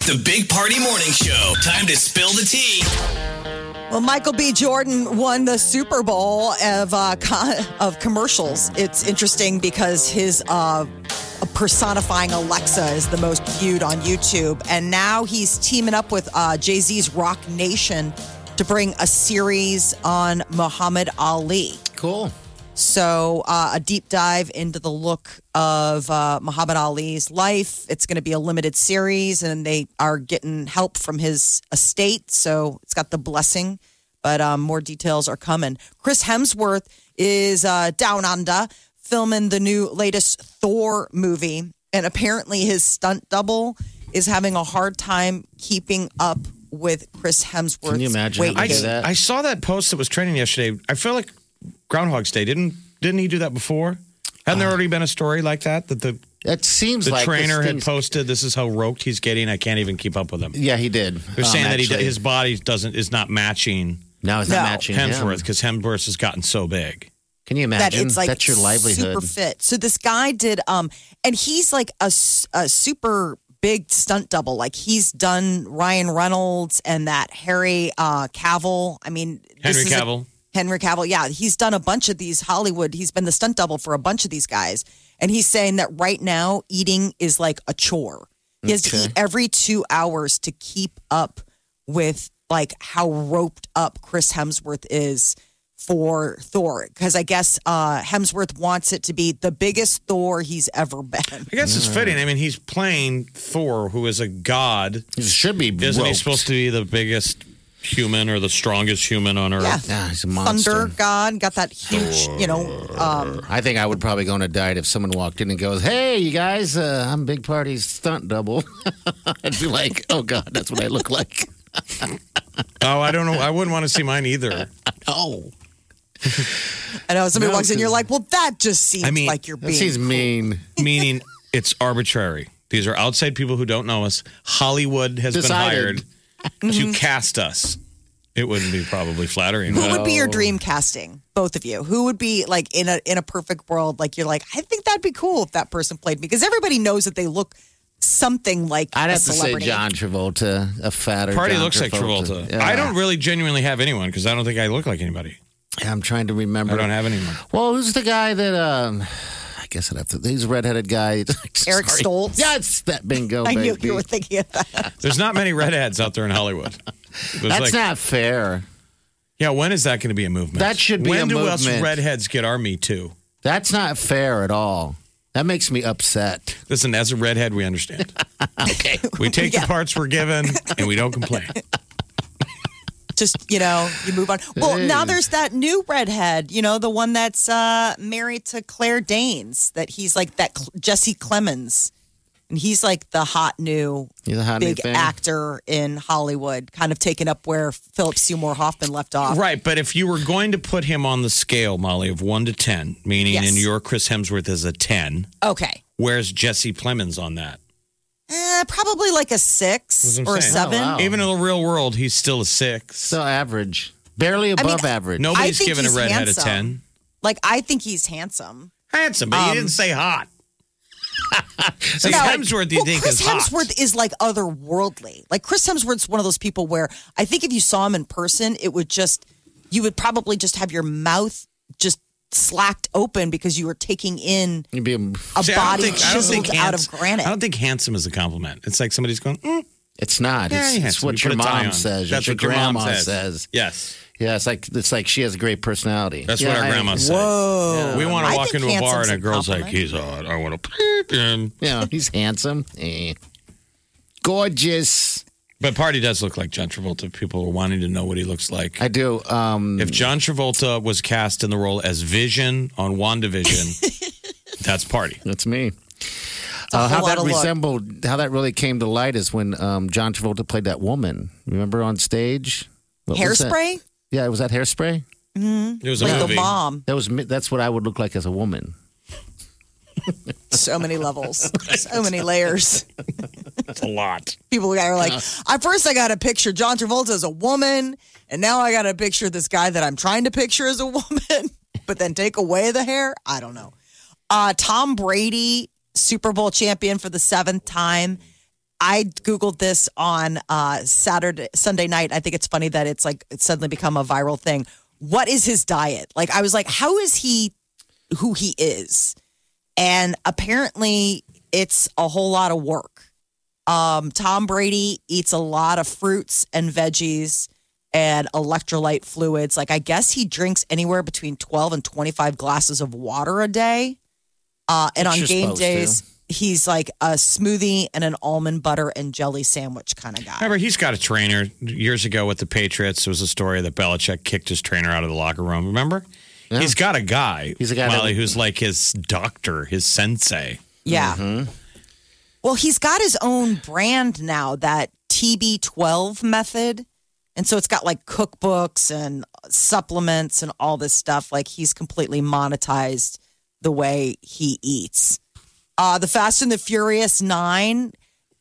[SPEAKER 1] The Big Party Morning Show. Time to spill the tea.
[SPEAKER 3] Well, Michael B. Jordan won the Super Bowl of uh, co- of commercials. It's interesting because his uh, personifying Alexa is the most viewed on YouTube, and now he's teaming up with uh, Jay Z's Rock Nation to bring a series on Muhammad Ali.
[SPEAKER 4] Cool.
[SPEAKER 3] So, uh, a deep dive into the look of uh, Muhammad Ali's life. It's going to be a limited series, and they are getting help from his estate. So, it's got the blessing, but um, more details are coming. Chris Hemsworth is uh, down under filming the new latest Thor movie, and apparently, his stunt double is having a hard time keeping up with Chris Hemsworth.
[SPEAKER 5] I, I saw that post that was trending yesterday. I feel like Groundhog's Day didn't didn't he do that before? Hadn't there already been a story like that that the
[SPEAKER 4] it seems
[SPEAKER 5] the
[SPEAKER 4] Uh, like this
[SPEAKER 5] trainer had
[SPEAKER 4] thing's-
[SPEAKER 5] posted this is how roped he's getting. I can't even keep up with him.
[SPEAKER 4] Yeah, he did.
[SPEAKER 5] They're
[SPEAKER 4] Um,
[SPEAKER 5] saying that
[SPEAKER 4] actually-
[SPEAKER 5] he, his body doesn't is not matching.
[SPEAKER 4] No, it's not No. matching him.
[SPEAKER 5] Hemsworth because Hemsworth has gotten so big.
[SPEAKER 4] Can you
[SPEAKER 3] That it's like Super fit. So this guy did, um, and he's like a, s- a super big stunt double. Like he's done Ryan Reynolds and that Harry uh, Cavill. I mean, this
[SPEAKER 5] Henry
[SPEAKER 3] is a-
[SPEAKER 5] Cavill.
[SPEAKER 3] Henry Cavill. Yeah, he's done a bunch of these Hollywood. He's been the stunt double for a bunch of these guys, and he's saying that right now eating is like a chore. He has to
[SPEAKER 4] Okay.
[SPEAKER 3] eat every two hours to keep up with like how roped up Chris Hemsworth is for Thor, because I guess uh, Hemsworth wants it to be the biggest Thor he's ever been.
[SPEAKER 5] I guess it's
[SPEAKER 4] Uh,
[SPEAKER 5] fitting. I mean, he's playing Thor, who is a god.
[SPEAKER 4] He should be.
[SPEAKER 5] Isn't he
[SPEAKER 4] roped.
[SPEAKER 5] supposed to be the biggest human or the strongest human on earth?
[SPEAKER 3] Yeah.
[SPEAKER 4] he's a
[SPEAKER 3] Thunder God got that huge, you know. Um,
[SPEAKER 4] I think I would probably go on a diet if someone walked in and goes, "Hey, you guys, uh, I'm Big Party's stunt double." I'd be like, "Oh God, that's what I look like."
[SPEAKER 5] Oh, I don't know. I wouldn't want to see mine either.
[SPEAKER 4] oh,
[SPEAKER 3] I know somebody
[SPEAKER 5] No,
[SPEAKER 3] walks in, you're like, well, that just seems
[SPEAKER 5] I mean,
[SPEAKER 3] like you're being.
[SPEAKER 4] mean.
[SPEAKER 5] Meaning it's arbitrary. These are outside people who don't know us. Hollywood has
[SPEAKER 3] Decided.
[SPEAKER 5] been hired
[SPEAKER 4] Mm-hmm.
[SPEAKER 5] to cast us. It wouldn't be probably flattering.
[SPEAKER 3] Who would be your
[SPEAKER 5] No.
[SPEAKER 3] dream casting? Both of you. Who would be like in a in a perfect world? Like you're like, I think that'd be cool if that person played me because everybody knows that they look something like.
[SPEAKER 4] I'd
[SPEAKER 3] a
[SPEAKER 4] have to say
[SPEAKER 3] celebrity.
[SPEAKER 4] John Travolta, a fatter.
[SPEAKER 5] Party
[SPEAKER 4] John
[SPEAKER 5] looks like Travolta. I don't really genuinely have anyone because I don't think I look like anybody.
[SPEAKER 4] I'm trying to remember.
[SPEAKER 5] I don't have anyone.
[SPEAKER 4] Well, who's the guy that? Um, I guess I'd have to. He's a redheaded guy.
[SPEAKER 3] Eric Stoltz.
[SPEAKER 4] Yeah, it's that bingo.
[SPEAKER 3] I knew
[SPEAKER 4] baby.
[SPEAKER 3] you were thinking of that.
[SPEAKER 5] There's not many redheads out there in Hollywood.
[SPEAKER 4] That's not fair.
[SPEAKER 5] Yeah, when is that going to be a movement?
[SPEAKER 4] That should be
[SPEAKER 5] when
[SPEAKER 4] a
[SPEAKER 5] do us
[SPEAKER 4] movement.
[SPEAKER 5] redheads get our Me Too?
[SPEAKER 4] That's not fair at all. That makes me upset.
[SPEAKER 5] Listen, as a redhead, we understand.
[SPEAKER 4] okay.
[SPEAKER 5] We take the parts we're given and we don't complain.
[SPEAKER 3] Just you know, you move on. Well, now
[SPEAKER 5] Hey.
[SPEAKER 3] there's that new redhead. You know, the one that's uh, married to Claire Danes. That he's like that Cl- Jesse Clemens, and he's like the hot new.
[SPEAKER 4] You're the hot new
[SPEAKER 3] Big
[SPEAKER 4] thing.
[SPEAKER 3] actor in Hollywood, kind of taking up where Philip Seymour Hoffman left off.
[SPEAKER 5] Right, but if you were going to put him on the scale, Molly, of one to ten, meaning
[SPEAKER 3] Yes.
[SPEAKER 5] in your Chris Hemsworth is a ten,
[SPEAKER 3] Okay.
[SPEAKER 5] where's Jesse Plemons on that?
[SPEAKER 3] Eh, probably like a six
[SPEAKER 5] That's what
[SPEAKER 3] or
[SPEAKER 5] I'm
[SPEAKER 3] a
[SPEAKER 5] saying.
[SPEAKER 3] seven.
[SPEAKER 5] Even in the real world, he's still a six.
[SPEAKER 4] So average, barely
[SPEAKER 3] mean,
[SPEAKER 4] above average.
[SPEAKER 5] Nobody's
[SPEAKER 3] I think
[SPEAKER 5] given a
[SPEAKER 3] he's
[SPEAKER 5] redhead a ten.
[SPEAKER 3] handsome. Like I think he's handsome.
[SPEAKER 5] Handsome, but
[SPEAKER 3] Um,
[SPEAKER 5] you didn't say hot. See,
[SPEAKER 3] No, like-
[SPEAKER 5] Hemsworth, you
[SPEAKER 3] well,
[SPEAKER 5] think
[SPEAKER 3] Chris
[SPEAKER 5] is hot?
[SPEAKER 3] Hemsworth is like otherworldly. Like Chris Hemsworth's one of those people where I think if you saw him in person, it would just you would probably just have your mouth just slacked open because you were taking in
[SPEAKER 4] You'd be a,
[SPEAKER 3] a
[SPEAKER 5] See, I don't
[SPEAKER 3] body
[SPEAKER 5] think- I don't
[SPEAKER 3] chiseled
[SPEAKER 5] think
[SPEAKER 3] out of
[SPEAKER 5] hands-
[SPEAKER 3] granite.
[SPEAKER 5] I don't think handsome is a compliment. It's like somebody's going, mm,
[SPEAKER 4] It's not.
[SPEAKER 5] yeah,
[SPEAKER 4] it's,
[SPEAKER 5] you're
[SPEAKER 4] it's
[SPEAKER 5] handsome.
[SPEAKER 4] what
[SPEAKER 5] You
[SPEAKER 4] your
[SPEAKER 5] put a tie
[SPEAKER 4] mom
[SPEAKER 5] on.
[SPEAKER 4] says.
[SPEAKER 5] That's
[SPEAKER 4] That's what your
[SPEAKER 5] mom
[SPEAKER 4] grandma says.
[SPEAKER 5] Yes.
[SPEAKER 4] Yeah, it's like it's like she has a great personality.
[SPEAKER 5] That's
[SPEAKER 4] Yeah,
[SPEAKER 5] what our
[SPEAKER 4] I-
[SPEAKER 5] grandma said.
[SPEAKER 4] Whoa.
[SPEAKER 3] Um,
[SPEAKER 5] We want to
[SPEAKER 4] I
[SPEAKER 5] walk
[SPEAKER 4] think
[SPEAKER 5] into a bar
[SPEAKER 4] handsome's
[SPEAKER 5] and a
[SPEAKER 4] a
[SPEAKER 5] girl's like,
[SPEAKER 4] compliment.
[SPEAKER 5] he's hot. I want to peep him.
[SPEAKER 4] Yeah, he's handsome. Eh. Gorgeous.
[SPEAKER 5] But Party does look like John Travolta. People are wanting to know what he looks like.
[SPEAKER 4] I do. Um,
[SPEAKER 5] if John Travolta was cast in the role as Vision on WandaVision, that's Party.
[SPEAKER 4] That's me.
[SPEAKER 5] a
[SPEAKER 4] Uh, how
[SPEAKER 5] whole
[SPEAKER 4] that
[SPEAKER 5] lotta look.
[SPEAKER 4] resembled, how that really came to light is when um, John Travolta played that woman. Remember on stage? What was that?
[SPEAKER 3] Hairspray?
[SPEAKER 4] Yeah, was that hairspray?
[SPEAKER 3] Mm-hmm.
[SPEAKER 5] It was
[SPEAKER 3] like the mom.
[SPEAKER 4] That was me- that's what I would look like as a woman.
[SPEAKER 3] So many levels. So many layers.
[SPEAKER 5] That's a lot.
[SPEAKER 3] people are like, I first I got a picture John Travolta as a woman, and now I got a picture of this guy that I'm trying to picture as a woman, but then take away the hair. I don't know. Uh, Tom Brady, Super Bowl champion for the seventh time. I googled this on uh, Saturday, Sunday night. I think it's funny that it's like it's suddenly become a viral thing. What is his diet? Like, I was like, how is he who he is? And apparently, it's a whole lot of work. Um, Tom Brady eats a lot of fruits and veggies and electrolyte fluids. Like, I guess he drinks anywhere between 12 and 25 glasses of water a day. Uh, and
[SPEAKER 11] Which
[SPEAKER 3] on
[SPEAKER 11] you're
[SPEAKER 3] game
[SPEAKER 11] supposed to.
[SPEAKER 3] days, he's like a smoothie and an almond butter and jelly sandwich kind of guy.
[SPEAKER 5] Remember, he's got a trainer. Years ago with the Patriots, there was a story that Belichick kicked his trainer out of the locker room. Remember? He's got a guy, he's a guy Molly, who's like his doctor, his sensei.
[SPEAKER 3] Yeah. Well, he's got his own brand now, that TB12 method. And so it's got like cookbooks and supplements and all this stuff. Like he's completely monetized the way he eats. Uh, the Fast and the Furious 9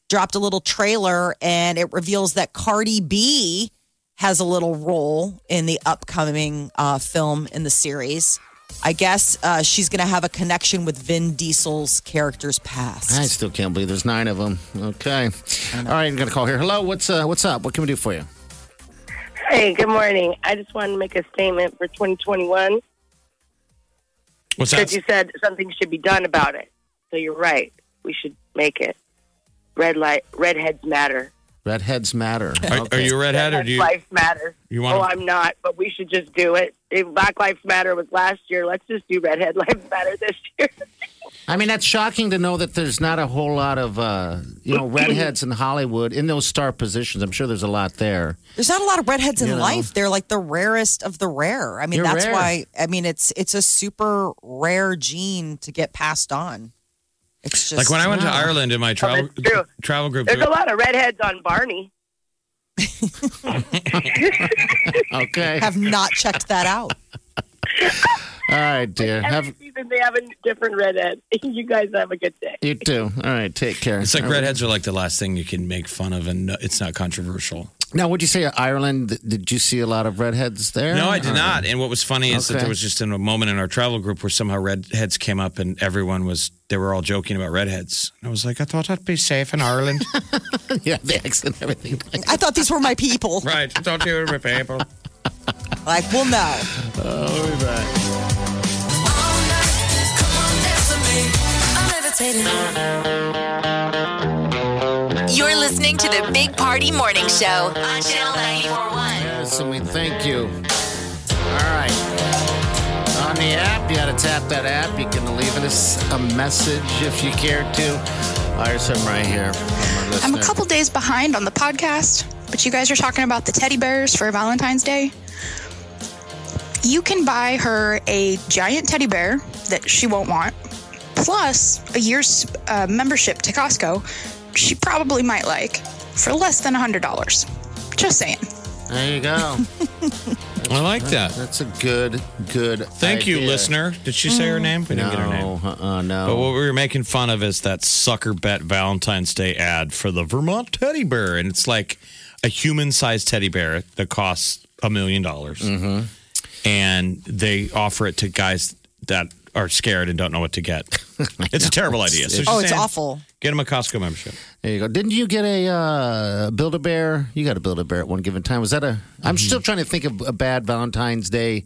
[SPEAKER 3] dropped a little trailer and it reveals that Cardi B has a little role in the upcoming uh, film in the series. I guess uh, she's going to have a connection with Vin Diesel's character's past.
[SPEAKER 4] I still can't believe there's nine of them. Okay. All right, I'm gonna call here. Hello, what's uh, what's up? What can we do for you?
[SPEAKER 7] Hey, good morning. I just wanted to make a statement for 2021.
[SPEAKER 5] What's
[SPEAKER 7] Because you said something should be done about it. So you're right. We should make it. Red light, redheads matter.
[SPEAKER 4] Redheads matter.
[SPEAKER 5] Are, are you a redhead or do you?
[SPEAKER 7] Life matters.
[SPEAKER 5] You wanna-
[SPEAKER 7] Oh, I'm not, but we should just do it. If Black Lives Matter was last year, let's just do Redhead Lives Matter this year.
[SPEAKER 4] I mean, that's shocking to know that there's not a whole lot of uh, you know redheads in Hollywood in those star positions. I'm sure there's a lot there.
[SPEAKER 3] There's not a lot of redheads in
[SPEAKER 4] You know.
[SPEAKER 3] life. They're like the rarest of the rare. I mean,
[SPEAKER 4] You're
[SPEAKER 3] that's
[SPEAKER 4] rare.
[SPEAKER 3] why. I mean, it's it's a super rare gene to get passed on. It's just
[SPEAKER 5] Like when I went to Ireland in my
[SPEAKER 7] Oh,
[SPEAKER 5] travel travel group,
[SPEAKER 7] There's a lot of redheads on Barney.
[SPEAKER 4] Okay.
[SPEAKER 3] Have not checked that out.
[SPEAKER 4] All right, dear. Have
[SPEAKER 7] Every season they have a different redhead. You guys have a good day.
[SPEAKER 4] you too. All right, take care.
[SPEAKER 5] it's like
[SPEAKER 4] All right.
[SPEAKER 5] redheads are like the last thing you can make fun of, and no- it's not controversial.
[SPEAKER 4] Now, would you say Ireland? th- Did you see a lot of redheads there?
[SPEAKER 5] No, I did
[SPEAKER 4] Or-
[SPEAKER 5] not. And what was funny is that
[SPEAKER 4] Okay.
[SPEAKER 5] there was just in a moment in our travel group where somehow redheads came up and everyone was they were all joking about redheads. And I was like, I thought I'd be safe in Ireland.
[SPEAKER 4] yeah, the accent, and everything.
[SPEAKER 3] I thought these were my people.
[SPEAKER 5] right? Don't you were my people?
[SPEAKER 3] Like, well, no.
[SPEAKER 4] Oh, we'll be back.
[SPEAKER 2] You're listening to the Big Party Morning Show on Channel 941.
[SPEAKER 4] Yes, and we thank you. All right. On the app, you got to tap that app. You can leave us a message if you care to. Here's some right here. from our
[SPEAKER 12] I'm a
[SPEAKER 4] listener.
[SPEAKER 12] couple days behind on the podcast, but you guys are talking about the teddy bears for Valentine's Day. You can buy her a giant teddy bear that she won't want, plus a year's uh, membership to Costco she probably might like for less than $100. Just saying.
[SPEAKER 4] There you go.
[SPEAKER 5] I like that.
[SPEAKER 4] That's a good, good.
[SPEAKER 5] Thank you,
[SPEAKER 4] idea.
[SPEAKER 5] listener. Did she say her name? We didn't get her
[SPEAKER 4] No,
[SPEAKER 5] name.
[SPEAKER 4] Uh-uh, no.
[SPEAKER 5] But what we were making fun of is that sucker bet Valentine's Day ad for the Vermont teddy bear, and it's like a human-sized teddy bear that costs a million dollars, and they offer it to guys that are scared and don't know what to get. It's a terrible idea. So she's
[SPEAKER 3] oh, it's
[SPEAKER 5] saying,
[SPEAKER 3] awful.
[SPEAKER 5] Get him a Costco membership.
[SPEAKER 4] There you go. Didn't you get a uh, build a bear? You got a build a bear at one given time. Was that a?
[SPEAKER 5] Mm-hmm.
[SPEAKER 4] I'm still trying to think of a bad Valentine's Day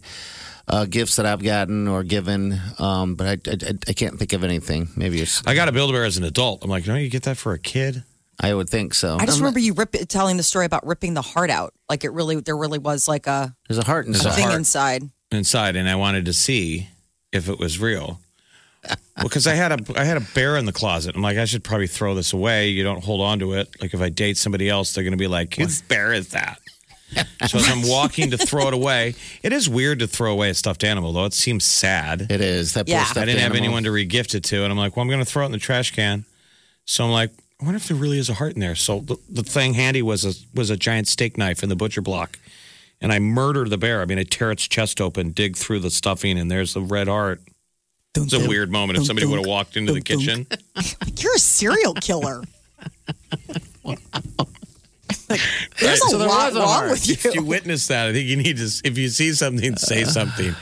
[SPEAKER 4] uh, gifts that I've gotten or given, um, but I, I I can't think of anything. Maybe it's.
[SPEAKER 5] I got a Build-A-Bear as an adult. I'm like, no, you get that for a kid.
[SPEAKER 4] I would think so. Um,
[SPEAKER 3] I just remember you rip, telling the story about ripping the heart out. Like, it really, there really was like a,
[SPEAKER 4] There's a heart
[SPEAKER 3] a
[SPEAKER 5] There's a
[SPEAKER 3] thing
[SPEAKER 5] heart.
[SPEAKER 3] inside.
[SPEAKER 5] inside, and I wanted to see if it was real. Because I had a I had a bear in the closet. I'm like, I should probably throw this away. You don't hold on to it. Like if I date somebody else, they're going to be like, whose bear is that? So as I'm walking to throw it away, it is weird to throw away a stuffed animal, though. It seems sad.
[SPEAKER 4] It is that.
[SPEAKER 5] I
[SPEAKER 4] poor
[SPEAKER 5] didn't
[SPEAKER 4] stuffed
[SPEAKER 5] have
[SPEAKER 4] animal.
[SPEAKER 5] anyone to regift it to, and I'm like, well, I'm going to throw it in the trash can. So I'm like, I wonder if there really is a heart in there. So the, the thing handy was a was a giant steak knife in the butcher block, and I murder the bear. I mean, I tear its chest open, dig through the stuffing, and there's the red heart. It's a weird moment if somebody would have walked into the kitchen.
[SPEAKER 3] Like, you're a serial killer. There's a
[SPEAKER 5] there
[SPEAKER 3] lot
[SPEAKER 5] was
[SPEAKER 3] wrong
[SPEAKER 5] heart.
[SPEAKER 3] with you.
[SPEAKER 5] If you witness that, I think you need to. If you see something, say something.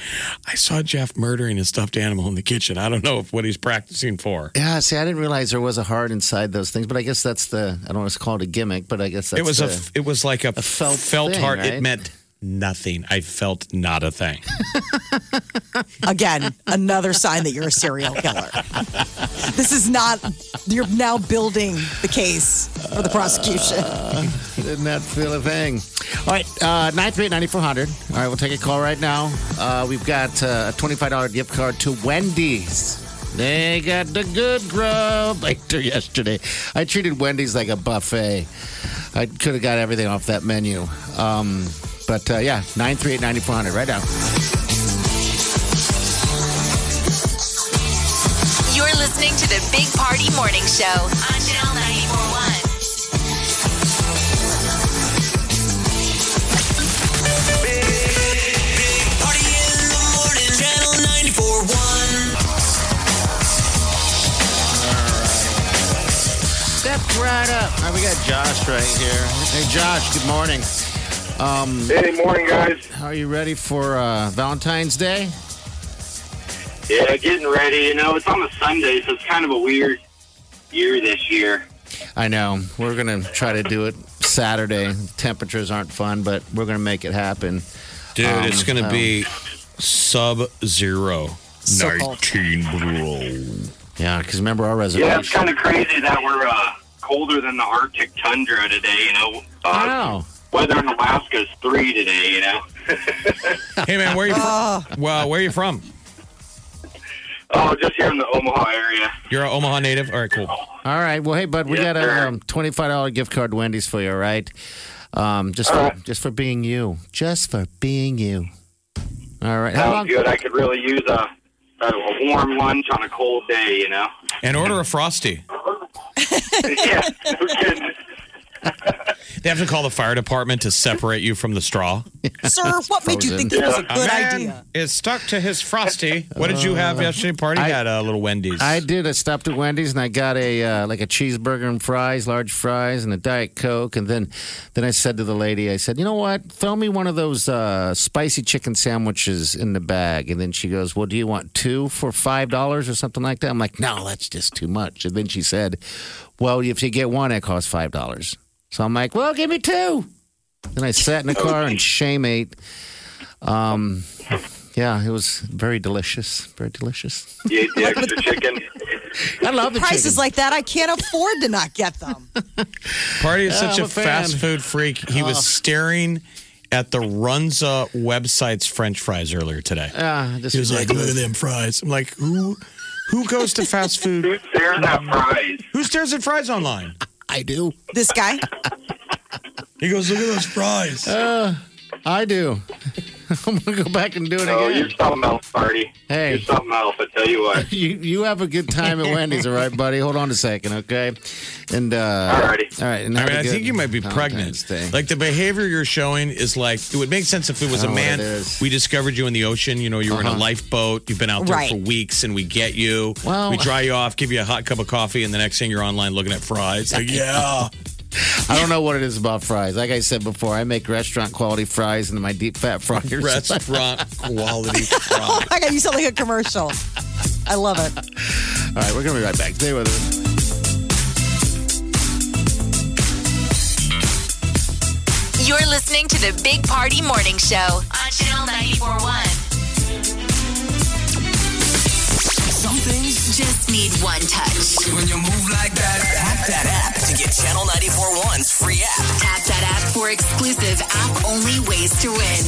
[SPEAKER 5] I saw Jeff murdering a stuffed animal in the kitchen. I don't know if what he's practicing for.
[SPEAKER 4] Yeah, see, I didn't realize there was a heart inside those things, but I guess that's the. I don't want to call it a gimmick, but I guess that's
[SPEAKER 5] it was
[SPEAKER 4] the,
[SPEAKER 5] a f it was like a, felt felt
[SPEAKER 4] thing,
[SPEAKER 5] heart.
[SPEAKER 4] right?
[SPEAKER 5] It meant nothing. I felt not a thing.
[SPEAKER 3] Again, another sign that you're a serial killer. This is not, you're now building the case for the prosecution.
[SPEAKER 4] Did not feel a thing. All right, uh, 938-9400. All right, we'll take a call right now. Uh, we've got uh, a $25 gift card to Wendy's. They got the good grub. I did yesterday. I treated Wendy's like a buffet. I could have got everything off that menu. Um, but uh, yeah, 938-9400 right now.
[SPEAKER 2] You're listening to the Big Party Morning Show on Channel 941.
[SPEAKER 1] Channel 941.
[SPEAKER 4] Step right up. All right, we got Josh right here. Hey, Josh, good morning. Um,
[SPEAKER 11] Hey, morning, guys.
[SPEAKER 4] Are you ready for uh, Valentine's Day?
[SPEAKER 11] Yeah, getting ready. You know, it's on a Sunday, so it's kind of a weird year this year.
[SPEAKER 4] I know. We're going to try to do it Saturday. Temperatures aren't fun, but we're going to make it happen.
[SPEAKER 5] Dude,
[SPEAKER 4] Um,
[SPEAKER 5] it's going to
[SPEAKER 4] so-
[SPEAKER 5] be sub zero.
[SPEAKER 4] So cold.
[SPEAKER 5] 19 below.
[SPEAKER 4] Yeah, because remember our
[SPEAKER 11] Yeah, it's
[SPEAKER 4] reservation.
[SPEAKER 11] kind of crazy that we're uh, colder than the Arctic tundra today. You know, uh,
[SPEAKER 4] Wow.
[SPEAKER 11] weather in Alaska is three today. You know,
[SPEAKER 5] hey, man, where are you
[SPEAKER 3] Ah.
[SPEAKER 5] from? Well, where are you from?
[SPEAKER 11] oh, just here in the Omaha area.
[SPEAKER 5] You're an Omaha native? All right, cool.
[SPEAKER 4] All right. Well, hey, bud, we
[SPEAKER 5] Yes,
[SPEAKER 4] got
[SPEAKER 5] sir.
[SPEAKER 4] a um, twenty-five dollar gift card to Wendy's for you. All right. Um, just for, just for being you. Just for being you. All right. How
[SPEAKER 11] Sounds
[SPEAKER 4] long?
[SPEAKER 11] good. I could really use a, a a warm lunch on a cold day. You know.
[SPEAKER 5] And order a Frosty.
[SPEAKER 11] yeah. No kidding.
[SPEAKER 5] They have to call the fire department to separate you from the straw.
[SPEAKER 3] Sir, what made you think that was a good idea?
[SPEAKER 5] It's stuck to his frosty. What did you have yesterday? Party had a little Wendy's.
[SPEAKER 4] Uh, I did. I stopped at Wendy's and I got a uh, like a cheeseburger and fries, large fries, and a diet coke. And then, then I said to the lady, I said, "You know what? Throw me one of those uh, spicy chicken sandwiches in the bag." And then she goes, "Well, do you want two for five dollars or something like that?" I'm like, "No, that's just too much." And then she said, "Well, if you get one, it costs five dollars." So I'm like, "Well, give me two. Then I sat in the car and shame ate. Um, yeah, it was very delicious. Very delicious.
[SPEAKER 11] You ate the extra chicken.
[SPEAKER 4] I love the
[SPEAKER 3] prices
[SPEAKER 4] chicken.
[SPEAKER 3] like that. I can't afford to not get them.
[SPEAKER 5] Party is
[SPEAKER 3] Yeah,
[SPEAKER 5] such
[SPEAKER 3] I'm
[SPEAKER 5] a,
[SPEAKER 3] a fan.
[SPEAKER 5] fast food freak. He was
[SPEAKER 3] Oh.
[SPEAKER 5] staring at the Runza website's French fries earlier today.
[SPEAKER 4] Ah,
[SPEAKER 5] He was like, "Look at them fries." I'm like, "Who, who goes to fast food? Who
[SPEAKER 11] stares at fries?
[SPEAKER 5] Who stares at fries online?"
[SPEAKER 4] I do.
[SPEAKER 3] This guy.
[SPEAKER 5] He goes, "Look at those fries."
[SPEAKER 4] Uh, I do. I'm gonna go back and do it
[SPEAKER 11] Oh,
[SPEAKER 4] again.
[SPEAKER 11] you're something else, Marty.
[SPEAKER 4] Hey.
[SPEAKER 11] You're something else. I tell you what.
[SPEAKER 4] You you have a good time at Wendy's, all right, buddy? Hold on a second, okay? And uh, all right, all right. And
[SPEAKER 5] I
[SPEAKER 4] have
[SPEAKER 5] mean,
[SPEAKER 4] a
[SPEAKER 5] I
[SPEAKER 4] good
[SPEAKER 5] think you might be pregnant.
[SPEAKER 4] Valentine's Day.
[SPEAKER 5] Like the behavior you're showing is like it would make sense if it was
[SPEAKER 4] I
[SPEAKER 5] a
[SPEAKER 4] know what
[SPEAKER 5] man.
[SPEAKER 4] it is.
[SPEAKER 5] We discovered you in the ocean. You know, you were in a
[SPEAKER 4] Uh-huh.
[SPEAKER 5] lifeboat. You've been out there
[SPEAKER 4] Right.
[SPEAKER 5] for weeks, and we get you.
[SPEAKER 4] Well-
[SPEAKER 5] we dry you off, give you a hot cup of coffee, and the next thing you're online looking at fries. Like, yeah.
[SPEAKER 4] I don't know what it is about fries. Like I said before, I make restaurant quality fries into my deep fat fryers.
[SPEAKER 5] Restaurant quality fries.
[SPEAKER 3] Oh my god, you sound like a commercial. I love it.
[SPEAKER 4] All right, we're gonna be right back. Stay with us.
[SPEAKER 2] You're listening to the Big Party Morning Show on Channel 941. Some things just need one touch.
[SPEAKER 1] When you move like that, tap that app to get Channel 941's free app.
[SPEAKER 2] Tap that app for exclusive app only ways to win.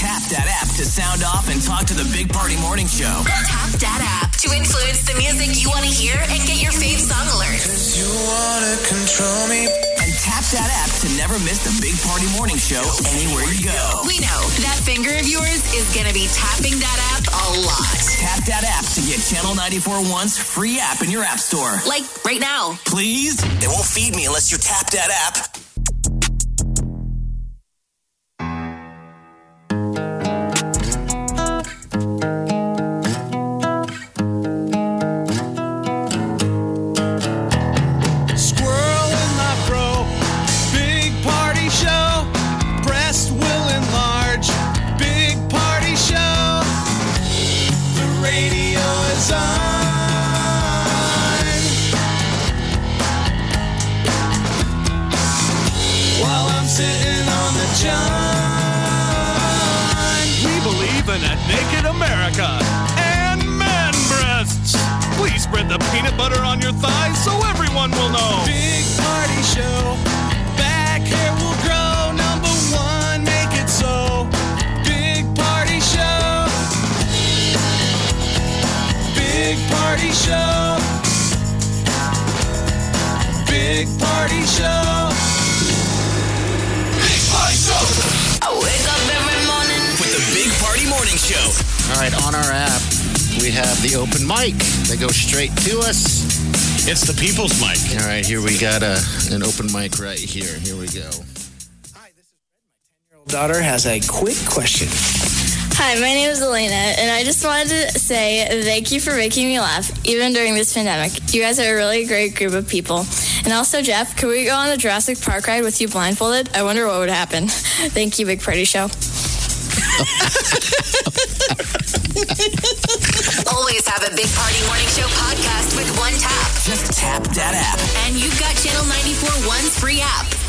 [SPEAKER 1] Tap that app to sound off and talk to the Big Party Morning Show.
[SPEAKER 2] Tap that app to influence the music you want to hear and get your fave song alerts.
[SPEAKER 1] You wanna control me? And tap that app to never miss the Big Party Morning Show anywhere you go.
[SPEAKER 2] We know that finger of yours is going to be tapping that app a lot.
[SPEAKER 1] Tap that app to get Channel 941's free app in your app store.
[SPEAKER 2] Like right now.
[SPEAKER 1] Please? It won't feed me unless you tap that app.
[SPEAKER 6] Squirrel in my bro. Big party show. Breast will enlarge. Big party show. The radio is on. While I'm sitting on the john.
[SPEAKER 13] We believe in a naked America and man breasts. Please spread the peanut butter on your thighs so everyone will know.
[SPEAKER 6] Big party show. Bad
[SPEAKER 14] Party Show. Big Party Show. Big Party Show.
[SPEAKER 2] I wake up every morning
[SPEAKER 1] with the Big Party Morning Show.
[SPEAKER 4] All right, on our app, we have the open mic. They go straight to us.
[SPEAKER 5] It's the people's mic.
[SPEAKER 4] All right, here we got a, an open mic right here. Here we go.
[SPEAKER 1] Daughter has a quick question.
[SPEAKER 7] Hi, my name is Elena, and I just wanted to say thank you for making me laugh, even during this pandemic. You guys are a really great group of people. And also, Jeff, could we go on the Jurassic Park ride with you blindfolded? I wonder what would happen. Thank you, Big Party Show.
[SPEAKER 2] Always have a Big Party Morning Show podcast with one tap.
[SPEAKER 1] Just tap that app.
[SPEAKER 2] And you've got Channel 94 One's free app.